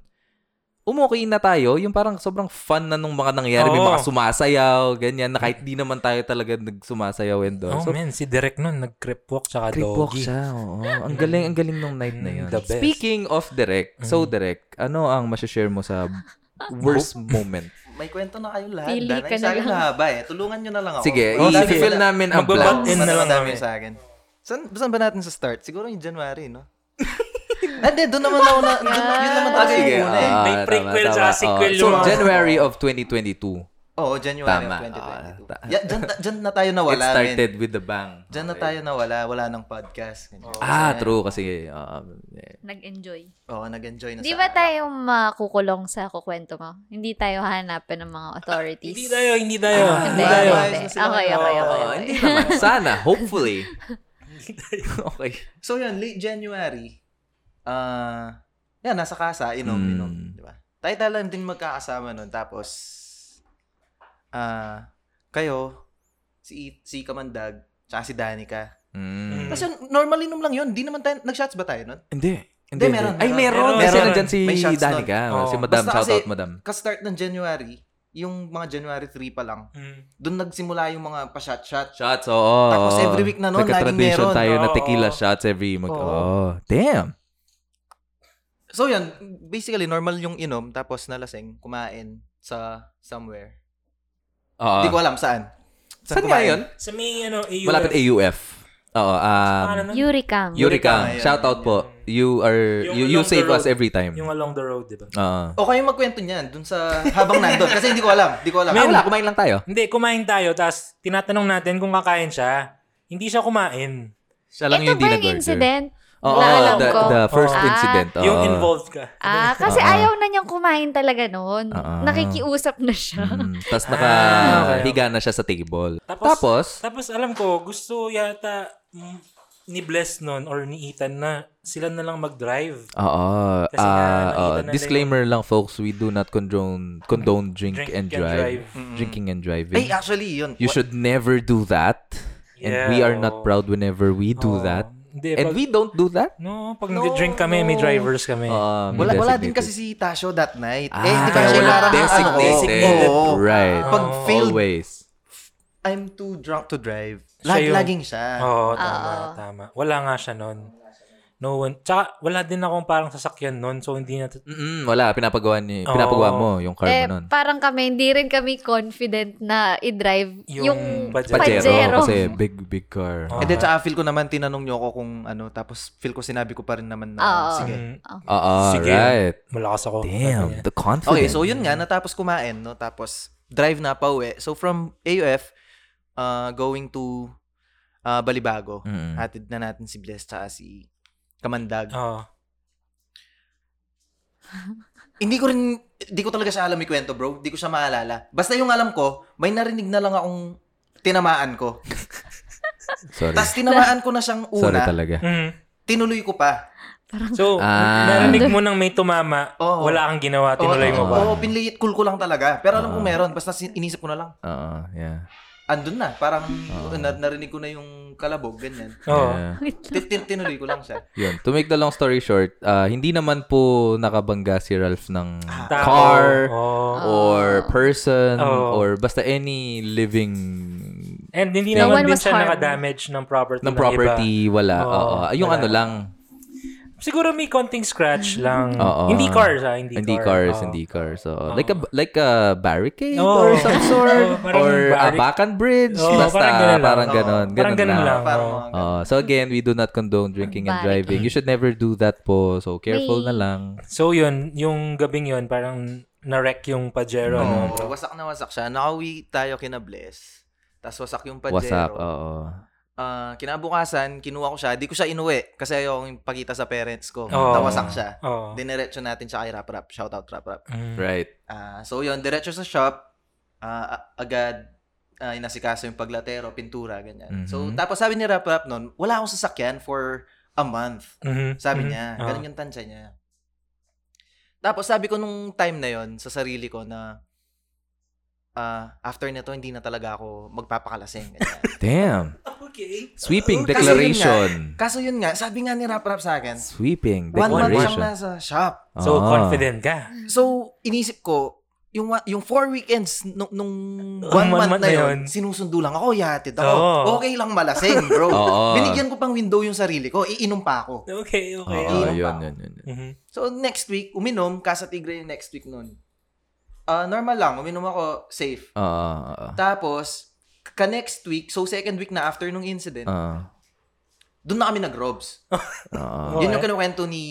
[SPEAKER 2] umokay na tayo. Yung parang sobrang fun na nung mga nangyayari. May
[SPEAKER 1] Oo.
[SPEAKER 2] mga sumasayaw, ganyan. Na kahit di naman tayo talaga nagsumasayaw and
[SPEAKER 1] Oh,
[SPEAKER 2] all. so,
[SPEAKER 1] man, si Derek nun, nag-crip walk tsaka
[SPEAKER 2] creep walk
[SPEAKER 1] doggy.
[SPEAKER 2] siya. Oo. Ang galing, ang galing nung night na yun.
[SPEAKER 1] Mm, the best. Mm.
[SPEAKER 2] Speaking of direct, so direct, ano ang masashare mo sa worst moment?
[SPEAKER 3] May kwento na kayo lahat.
[SPEAKER 4] Pili
[SPEAKER 3] Dahil
[SPEAKER 4] ka
[SPEAKER 3] sa
[SPEAKER 4] na
[SPEAKER 3] akin
[SPEAKER 4] lang.
[SPEAKER 3] mahaba eh. Tulungan nyo na lang ako.
[SPEAKER 2] Sige,
[SPEAKER 1] Oh, sige.
[SPEAKER 2] i-fill namin ang
[SPEAKER 1] Magbabat
[SPEAKER 2] blanks.
[SPEAKER 1] in na lang
[SPEAKER 3] Madami
[SPEAKER 1] kami.
[SPEAKER 3] sa akin. Saan, saan ba natin sa start? Siguro yung January, no? Hindi, doon naman ako na, doon, yun naman
[SPEAKER 4] Ah,
[SPEAKER 3] tayo
[SPEAKER 2] Sige,
[SPEAKER 3] yung una eh.
[SPEAKER 2] ah,
[SPEAKER 1] May
[SPEAKER 2] tama,
[SPEAKER 1] prequel sa
[SPEAKER 2] tama.
[SPEAKER 1] sequel
[SPEAKER 2] Oh, So,
[SPEAKER 1] yung-
[SPEAKER 2] January of 2022.
[SPEAKER 3] Oo, January
[SPEAKER 2] Tama,
[SPEAKER 3] of
[SPEAKER 2] ah, ta-
[SPEAKER 3] 2022. Yeah, dyan, dyan na tayo nawala.
[SPEAKER 2] It started
[SPEAKER 3] men.
[SPEAKER 2] with the bang.
[SPEAKER 3] Dyan na tayo nawala. Wala nang podcast. Ganyan.
[SPEAKER 2] Ah,
[SPEAKER 3] Kasi,
[SPEAKER 2] true. Kasi, um, eh,
[SPEAKER 4] Nag-enjoy.
[SPEAKER 3] Oo, nag-enjoy na
[SPEAKER 4] Di
[SPEAKER 3] sa-
[SPEAKER 4] ba tayo makukulong sa kukwento mo? Hindi tayo hanapin ng mga authorities.
[SPEAKER 1] Hindi tayo, hindi tayo.
[SPEAKER 3] Ah,
[SPEAKER 1] hindi
[SPEAKER 4] Hindi,
[SPEAKER 1] tayo.
[SPEAKER 3] Ayos na
[SPEAKER 4] hindi.
[SPEAKER 3] sila.
[SPEAKER 4] Okay, okay, okay.
[SPEAKER 2] ah,
[SPEAKER 4] okay.
[SPEAKER 2] hindi naman. Sana. Hopefully. okay.
[SPEAKER 3] So yun, late January. Ah, yan, nasa casa, inom,
[SPEAKER 2] Hmm.
[SPEAKER 3] inom. Di ba? Tayo talagang din magkakasama nun. Tapos, ah, kayo, si, si Kamandag, tsaka si Danica.
[SPEAKER 2] Mm.
[SPEAKER 3] Tapos yun, normal inom lang yun. Di naman tayo, nag-shots ba tayo nun?
[SPEAKER 2] Hindi.
[SPEAKER 3] Hindi, meron,
[SPEAKER 2] Ay, meron.
[SPEAKER 3] meron.
[SPEAKER 1] Meron,
[SPEAKER 2] Kasi
[SPEAKER 1] meron.
[SPEAKER 2] nandyan si
[SPEAKER 3] May shots
[SPEAKER 2] Danica.
[SPEAKER 1] nun.
[SPEAKER 2] Si
[SPEAKER 1] Oo.
[SPEAKER 2] Madam.
[SPEAKER 3] Basta
[SPEAKER 2] Shout out,
[SPEAKER 3] kasi-
[SPEAKER 2] Madam.
[SPEAKER 3] Ka-start ng January, yung mga January 3 pa lang,
[SPEAKER 1] Mm.
[SPEAKER 3] doon nagsimula yung mga pa-shot-shot.
[SPEAKER 2] Shots, oo.
[SPEAKER 3] Tapos
[SPEAKER 2] oo.
[SPEAKER 3] every week na nun, laging
[SPEAKER 2] Nagka-tradition
[SPEAKER 3] meron.
[SPEAKER 2] tayo na
[SPEAKER 1] Oo.
[SPEAKER 2] tequila shots every mag...
[SPEAKER 3] Oo.
[SPEAKER 2] Oh, damn.
[SPEAKER 3] So yun, basically normal yung inom, tapos nalasing, kumain sa somewhere.
[SPEAKER 2] Oo.
[SPEAKER 3] Hindi ko alam saan.
[SPEAKER 2] Ah. Saan nga
[SPEAKER 3] kumain?
[SPEAKER 2] yun?
[SPEAKER 1] Sa may ano, AUF.
[SPEAKER 2] Malapit AUF. Oo. Um,
[SPEAKER 1] Ano, ano?
[SPEAKER 4] Yurikang.
[SPEAKER 3] Yurikang,
[SPEAKER 2] Yurikang.
[SPEAKER 3] yun,
[SPEAKER 2] Shout out
[SPEAKER 3] yun,
[SPEAKER 2] po. You
[SPEAKER 3] ano,
[SPEAKER 2] are...
[SPEAKER 1] Yung
[SPEAKER 2] You, you
[SPEAKER 1] along the
[SPEAKER 2] save us
[SPEAKER 1] road.
[SPEAKER 2] every time.
[SPEAKER 1] Yung
[SPEAKER 2] Oo.
[SPEAKER 1] along the road, di ba?
[SPEAKER 3] O kayo magkwento niyan dun sa habang nandun kasi hindi ko alam, hindi ko alam.
[SPEAKER 2] Ah, wala. Kumain lang tayo.
[SPEAKER 1] Hindi, kumain tayo, tapos tinatanong natin kung kakain siya. Hindi siya kumain.
[SPEAKER 2] Siya lang
[SPEAKER 4] Ito
[SPEAKER 2] yung
[SPEAKER 4] ba
[SPEAKER 2] di
[SPEAKER 4] yung
[SPEAKER 2] nag-order.
[SPEAKER 4] incident?
[SPEAKER 2] Oo,
[SPEAKER 4] na alam
[SPEAKER 2] the,
[SPEAKER 4] ko.
[SPEAKER 2] the first
[SPEAKER 4] Ah,
[SPEAKER 2] incident. oo.
[SPEAKER 1] Yung involved ka.
[SPEAKER 4] Ah, kasi
[SPEAKER 2] Oo.
[SPEAKER 4] ayaw na niyang kumain talaga noon.
[SPEAKER 2] Oo.
[SPEAKER 4] Nakikiusap na siya.
[SPEAKER 2] Mm, Tapos
[SPEAKER 1] Ah, okay.
[SPEAKER 2] nakahiga na siya sa table.
[SPEAKER 1] Tapos-
[SPEAKER 2] Tapos,
[SPEAKER 1] Tapos alam ko, gusto yata mm, ni Bless nun or ni Ethan na sila na lang mag-drive.
[SPEAKER 2] Oo.
[SPEAKER 1] Kasi
[SPEAKER 2] ah,
[SPEAKER 1] nga, nakita
[SPEAKER 2] oo.
[SPEAKER 1] na nila
[SPEAKER 2] disclaimer lang folks, we do not condone condone drink,
[SPEAKER 1] Drink and
[SPEAKER 2] and drive.
[SPEAKER 1] drive.
[SPEAKER 3] Mm-mm.
[SPEAKER 2] Drinking and driving.
[SPEAKER 3] Ay, ah, actually yun.
[SPEAKER 2] you should never do that. And
[SPEAKER 1] Yeah,
[SPEAKER 2] we are
[SPEAKER 1] oo.
[SPEAKER 2] not proud whenever we do
[SPEAKER 1] Oo.
[SPEAKER 2] that.
[SPEAKER 1] Hindi,
[SPEAKER 2] And
[SPEAKER 1] pag- Eh,
[SPEAKER 2] we don't do that.
[SPEAKER 1] No, pag
[SPEAKER 3] No,
[SPEAKER 1] nag-drink kami, may
[SPEAKER 3] no.
[SPEAKER 1] drivers kami.
[SPEAKER 2] Um,
[SPEAKER 3] Wala, wala din kasi si Tasho that night. eh,
[SPEAKER 2] Ah,
[SPEAKER 3] hindi
[SPEAKER 2] kaya
[SPEAKER 3] kasi
[SPEAKER 2] wala
[SPEAKER 3] parang ano ko.
[SPEAKER 2] designated. Oh,
[SPEAKER 3] Oo.
[SPEAKER 2] Right.
[SPEAKER 3] Pag
[SPEAKER 1] Oo.
[SPEAKER 3] failed,
[SPEAKER 2] Always.
[SPEAKER 3] I'm too drunk to drive.
[SPEAKER 1] Siya
[SPEAKER 3] Lag,
[SPEAKER 1] yung-
[SPEAKER 3] Laging siya.
[SPEAKER 1] Oo,
[SPEAKER 2] Oh.
[SPEAKER 3] Ah,
[SPEAKER 1] tama,
[SPEAKER 4] Oo.
[SPEAKER 1] tama. Wala nga siya nun. No one. Tsaka, wala din akong parang sasakyan nun, so hindi na...
[SPEAKER 2] Mm-mm, wala, pinapagawa, ni,
[SPEAKER 1] Oo.
[SPEAKER 2] pinapagawa mo yung car mo
[SPEAKER 4] Eh,
[SPEAKER 2] nun.
[SPEAKER 4] parang kami, hindi rin kami confident na i-drive
[SPEAKER 1] Yung
[SPEAKER 4] yung,
[SPEAKER 1] Pajero.
[SPEAKER 2] Pajero,
[SPEAKER 4] Pajero.
[SPEAKER 2] kasi big, big car.
[SPEAKER 1] Oo.
[SPEAKER 3] And then, Eh, tsaka feel ko naman, tinanong niyo ako kung ano, tapos feel ko sinabi ko pa rin naman na,
[SPEAKER 4] Oo.
[SPEAKER 3] sige.
[SPEAKER 1] Mm,
[SPEAKER 2] Oo,
[SPEAKER 1] Sige.
[SPEAKER 2] Ah, right.
[SPEAKER 1] malakas ako.
[SPEAKER 2] Damn, the confidence.
[SPEAKER 3] Okay, so yun nga, natapos kumain, no? Tapos, drive na pa uwi. So, from AUF, uh, going to uh, Balibago,
[SPEAKER 2] Mm-mm.
[SPEAKER 3] hatid na natin si Bless tsaka si Kamandag.
[SPEAKER 1] Oo.
[SPEAKER 3] Hindi ko rin, hindi ko talaga siya alam yung kwento, bro. Hindi ko siya maalala. Basta yung alam ko, may narinig na lang akong tinamaan ko.
[SPEAKER 2] Sorry.
[SPEAKER 3] Tapos tinamaan ko na siyang
[SPEAKER 2] Sorry
[SPEAKER 3] una,
[SPEAKER 2] talaga.
[SPEAKER 1] Mm.
[SPEAKER 3] tinuloy ko pa.
[SPEAKER 1] So,
[SPEAKER 2] Ah.
[SPEAKER 1] narinig mo nang may tumama,
[SPEAKER 3] Oo.
[SPEAKER 1] wala kang ginawa, tinuloy mo
[SPEAKER 3] oo,
[SPEAKER 1] ba?
[SPEAKER 3] Oo, pinliit cool ko lang talaga. Pero alam ko
[SPEAKER 2] Oo.
[SPEAKER 3] meron, basta sin- inisip ko na lang.
[SPEAKER 2] Oo, yeah.
[SPEAKER 3] Andun na, parang
[SPEAKER 2] Ah.
[SPEAKER 3] na- narinig ko na yung kalabog, ganyan.
[SPEAKER 1] Oo.
[SPEAKER 2] Yeah.
[SPEAKER 3] Tin- tin- Tinuloy ko lang siya.
[SPEAKER 2] Yun. To make the long story short, ah, hindi naman po nakabangga si Ralph ng
[SPEAKER 3] Ah.
[SPEAKER 1] Tao. Oh.
[SPEAKER 2] car
[SPEAKER 1] Oo.
[SPEAKER 2] or person
[SPEAKER 1] Oo.
[SPEAKER 2] or basta any living
[SPEAKER 1] And hindi
[SPEAKER 2] No
[SPEAKER 1] naman din
[SPEAKER 4] one was
[SPEAKER 1] siya
[SPEAKER 4] harmed.
[SPEAKER 1] nakadamage ng property
[SPEAKER 2] ng
[SPEAKER 1] ng, iba.
[SPEAKER 2] property, wala.
[SPEAKER 1] Oo,
[SPEAKER 2] Oo.
[SPEAKER 1] Oh.
[SPEAKER 2] Yung
[SPEAKER 1] wala.
[SPEAKER 2] ano lang.
[SPEAKER 1] Siguro may konting
[SPEAKER 3] Mm.
[SPEAKER 1] scratch lang.
[SPEAKER 2] Oo.
[SPEAKER 1] Hindi cars, ha? Hindi,
[SPEAKER 2] Hindi
[SPEAKER 1] car. Oh.
[SPEAKER 2] cars,
[SPEAKER 1] Oo.
[SPEAKER 2] hindi cars. So, like a like a barricade
[SPEAKER 1] Oo.
[SPEAKER 2] or some sort
[SPEAKER 1] Oo, Oh. parang
[SPEAKER 2] or a
[SPEAKER 1] barri-
[SPEAKER 2] back bridge.
[SPEAKER 1] Oo,
[SPEAKER 2] basta
[SPEAKER 1] parang ganun lang.
[SPEAKER 2] parang
[SPEAKER 3] Oo.
[SPEAKER 2] ganon.
[SPEAKER 1] Parang
[SPEAKER 2] Ganon
[SPEAKER 1] ganun
[SPEAKER 2] lang.
[SPEAKER 1] lang.
[SPEAKER 3] Parang
[SPEAKER 1] oo.
[SPEAKER 3] mga ganun.
[SPEAKER 2] Oh, so again, we do not condone drinking and
[SPEAKER 4] Bye.
[SPEAKER 2] driving. You should never do that po. So careful na
[SPEAKER 4] Bye.
[SPEAKER 2] lang.
[SPEAKER 1] So yun, yung gabing yun, parang na-wreck yung Pajero. no?
[SPEAKER 3] Oo, wasak na wasak siya. Nakauwi tayo kina Bless. Tapos wasak yung Pajero.
[SPEAKER 2] What's up? Oo.
[SPEAKER 3] Ah, kinabukasan, kinuha ko siya. Di ko siya inuwi kasi ayoko yung pakita sa parents ko.
[SPEAKER 1] Oo.
[SPEAKER 3] Nawasak siya.
[SPEAKER 1] Oo.
[SPEAKER 3] Dinerecho natin siya kay Rap Rap. Shout out Rap Rap.
[SPEAKER 1] Mm.
[SPEAKER 2] Right.
[SPEAKER 3] Ah, so yun, diretso sa shop. Ah, a- agad ah, inasikaso yung paglatero, pintura, ganyan.
[SPEAKER 2] Mhm.
[SPEAKER 3] So tapos sabi ni Rap Rap noon, wala akong sasakyan for a month.
[SPEAKER 1] Mhm.
[SPEAKER 3] Sabi
[SPEAKER 1] Mhm.
[SPEAKER 3] niya,
[SPEAKER 1] Oo.
[SPEAKER 3] ganun yung tansya niya. Tapos sabi ko nung time na yon sa sarili ko na ah, after nito hindi na talaga ako magpapakalasing.
[SPEAKER 2] Damn.
[SPEAKER 3] Ganyan.
[SPEAKER 1] Okay.
[SPEAKER 2] Sweeping
[SPEAKER 3] Kasi yun nga.
[SPEAKER 2] declaration.
[SPEAKER 3] Kaso yun nga, sabi nga ni Rap Rap sa akin,
[SPEAKER 2] Sweeping
[SPEAKER 3] one month siyang
[SPEAKER 2] declaration.
[SPEAKER 3] nasa shop.
[SPEAKER 1] So,
[SPEAKER 2] Ah.
[SPEAKER 1] confident ka.
[SPEAKER 3] So, inisip ko, yung, wa- yung four weekends nung, nung
[SPEAKER 1] Nung
[SPEAKER 3] one, month, na
[SPEAKER 1] yun.
[SPEAKER 3] yun, sinusundo lang ako, yatid ako.
[SPEAKER 1] Oo.
[SPEAKER 3] Okay lang malasing, bro.
[SPEAKER 2] Oo.
[SPEAKER 3] Binigyan ko pang window yung sarili ko, iinom pa ako.
[SPEAKER 1] Okay, okay.
[SPEAKER 2] Oo, Ah,
[SPEAKER 3] Iinom
[SPEAKER 2] yun,
[SPEAKER 3] pa.
[SPEAKER 2] yun, yun. yun.
[SPEAKER 1] Mhm.
[SPEAKER 3] So, next week, uminom, Casa Tigre yung next week nun. Ah, normal lang, uminom ako, safe.
[SPEAKER 2] Oo, oo, oo.
[SPEAKER 3] Tapos, ka next week, so second week na after
[SPEAKER 2] Ah,
[SPEAKER 3] nung incident,
[SPEAKER 2] Oo,
[SPEAKER 3] doon na kami nag-robs.
[SPEAKER 2] oo.
[SPEAKER 1] Okay.
[SPEAKER 3] Yun yung kinukwento ni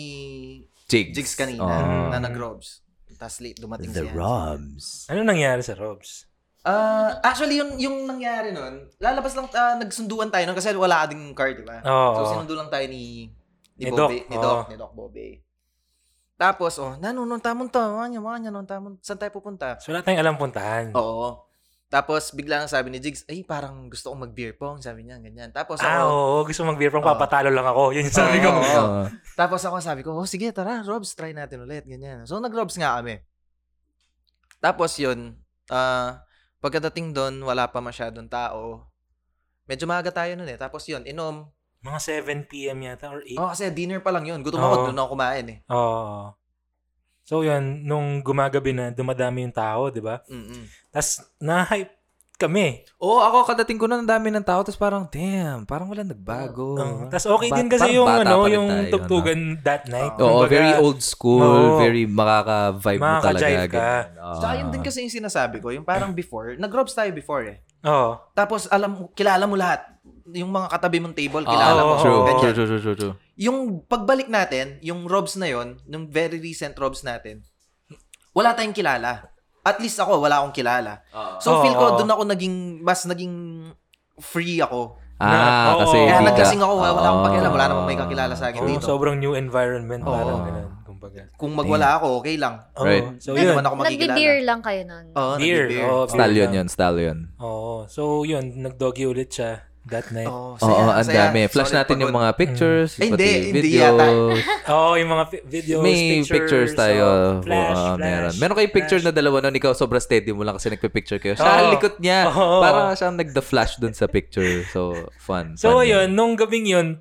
[SPEAKER 2] ah. Jigs.
[SPEAKER 3] Jigs kanina
[SPEAKER 2] Oh.
[SPEAKER 3] na nag-robs. Tapos late dumating
[SPEAKER 2] The
[SPEAKER 3] si Hansi.
[SPEAKER 2] Robs.
[SPEAKER 1] Ano nangyari sa Robs?
[SPEAKER 3] Ah, actually, yung, yung nangyari nun, lalabas lang, ah, nagsunduan tayo nun kasi wala ding car, di ba?
[SPEAKER 1] Oo.
[SPEAKER 3] So, sinundo lang tayo ni, ni,
[SPEAKER 1] Ah. Ni
[SPEAKER 3] Bobby,
[SPEAKER 1] Doc,
[SPEAKER 3] ni Doc,
[SPEAKER 1] oo.
[SPEAKER 3] ni Doc Bobby. Tapos, oh, nanunong tamon to, wanya, wanya, nung tamon, saan tayo pupunta?
[SPEAKER 1] So, wala tayong alam puntahan.
[SPEAKER 3] Oo. Tapos, bigla lang sabi ni Jigs, ay, parang gusto kong mag-beer pong, sabi niya, ganyan. Tapos,
[SPEAKER 1] ah,
[SPEAKER 2] ano?
[SPEAKER 3] ako,
[SPEAKER 1] oo. Gusto mong beer pong
[SPEAKER 3] Oo.
[SPEAKER 1] papatalo lang ako. Yun yung sabi ko.
[SPEAKER 3] Oo.
[SPEAKER 2] Oh.
[SPEAKER 3] Tapos ako sabi ko, oh sige, tara, Robs, try natin ulit, ganyan. So nag-Robs nga kami. Tapos yun, ah, pagkadating doon, wala pa masyadong tao. Medyo maaga tayo noon eh. Tapos yun, inom.
[SPEAKER 1] Mga 7 p.m. yata or 8.
[SPEAKER 3] Oh, kasi dinner pa lang yun. Gutom ako,
[SPEAKER 1] Oo.
[SPEAKER 3] doon ako kumain eh.
[SPEAKER 1] Oo. So yun, nung gumagabi na, dumadami yung tao, di ba?
[SPEAKER 3] Mm-mm.
[SPEAKER 1] Tapos na-hype kami.
[SPEAKER 2] Oo, ako kadating ko na ang dami ng tao tapos parang damn, parang wala nagbago.
[SPEAKER 1] Oo. Tapos Um, okay
[SPEAKER 2] Ba-
[SPEAKER 1] din kasi
[SPEAKER 2] parang
[SPEAKER 1] yung
[SPEAKER 2] bata
[SPEAKER 1] ano,
[SPEAKER 2] pa rin
[SPEAKER 1] yung
[SPEAKER 2] tayo,
[SPEAKER 1] tugtugan that night.
[SPEAKER 2] no? Oo,
[SPEAKER 1] Kumbaga,
[SPEAKER 2] very old school,
[SPEAKER 1] Oo.
[SPEAKER 2] very makaka-vibe mo talaga.
[SPEAKER 1] Makaka-jive ka.
[SPEAKER 2] ganyan. Ah. Oo.
[SPEAKER 3] Tsaka yun din kasi yung sinasabi ko, yung parang before, nag-Robs tayo before eh.
[SPEAKER 1] Oo.
[SPEAKER 3] Tapos alam, mo- kilala mo lahat. Yung mga katabi mong table,
[SPEAKER 2] Oo,
[SPEAKER 3] kilala mo.
[SPEAKER 2] Ah, True,
[SPEAKER 3] Ganyan.
[SPEAKER 2] true, true, true, true, true.
[SPEAKER 3] yung pagbalik natin, yung Robs na yon, yung very recent Robs natin, wala tayong kilala. At least ako, wala akong kilala. So,
[SPEAKER 1] Oo.
[SPEAKER 3] feel ko, doon ako naging, mas naging free ako.
[SPEAKER 2] Ah,
[SPEAKER 1] Oo.
[SPEAKER 2] kasi
[SPEAKER 1] Kaya
[SPEAKER 2] hindi ka-
[SPEAKER 3] nagising ako, wala- wala
[SPEAKER 2] Ah.
[SPEAKER 3] akong pakialam, wala namang may
[SPEAKER 2] Oo.
[SPEAKER 3] kakilala sa akin
[SPEAKER 1] Oo,
[SPEAKER 3] dito.
[SPEAKER 1] sobrang new environment.
[SPEAKER 3] Oo.
[SPEAKER 1] Parang ganun. Kumbaga.
[SPEAKER 3] Kung magwala ako, okay lang.
[SPEAKER 1] Oo.
[SPEAKER 2] Right.
[SPEAKER 1] So yun.
[SPEAKER 3] Hindi naman ako magkikilala.
[SPEAKER 4] Nagbe-beer lang kayo nun.
[SPEAKER 3] Oo,
[SPEAKER 1] Beer.
[SPEAKER 3] nagbe-beer.
[SPEAKER 1] Oo, beer
[SPEAKER 2] Style yun
[SPEAKER 1] lang.
[SPEAKER 2] yun, style yun.
[SPEAKER 1] Oo. So yun, nag-doggy ulit siya that night. Oo,
[SPEAKER 2] Oo,
[SPEAKER 3] Oo, Oh, saya,
[SPEAKER 2] ang
[SPEAKER 3] saya.
[SPEAKER 2] dami. Flash
[SPEAKER 3] Solid
[SPEAKER 2] natin yung
[SPEAKER 3] pagod.
[SPEAKER 2] mga
[SPEAKER 1] Mm.
[SPEAKER 2] pictures,
[SPEAKER 3] Eh, hindi,
[SPEAKER 2] pati
[SPEAKER 3] hindi
[SPEAKER 2] videos.
[SPEAKER 3] yata.
[SPEAKER 1] yung mga fi- videos,
[SPEAKER 2] May
[SPEAKER 1] pictures.
[SPEAKER 2] pictures, tayo.
[SPEAKER 1] oo. flash,
[SPEAKER 2] Oo, ah,
[SPEAKER 1] flash.
[SPEAKER 2] meron. Meron kayo picture na dalawa nun, ikaw sobra steady mo lang kasi nagpe-picture kayo. Siya
[SPEAKER 1] Oo.
[SPEAKER 2] ang likod niya.
[SPEAKER 1] Oo.
[SPEAKER 2] Para siyang nagda-flash dun sa picture. So, fun.
[SPEAKER 1] So
[SPEAKER 2] fun
[SPEAKER 1] yun, nung gabing yun,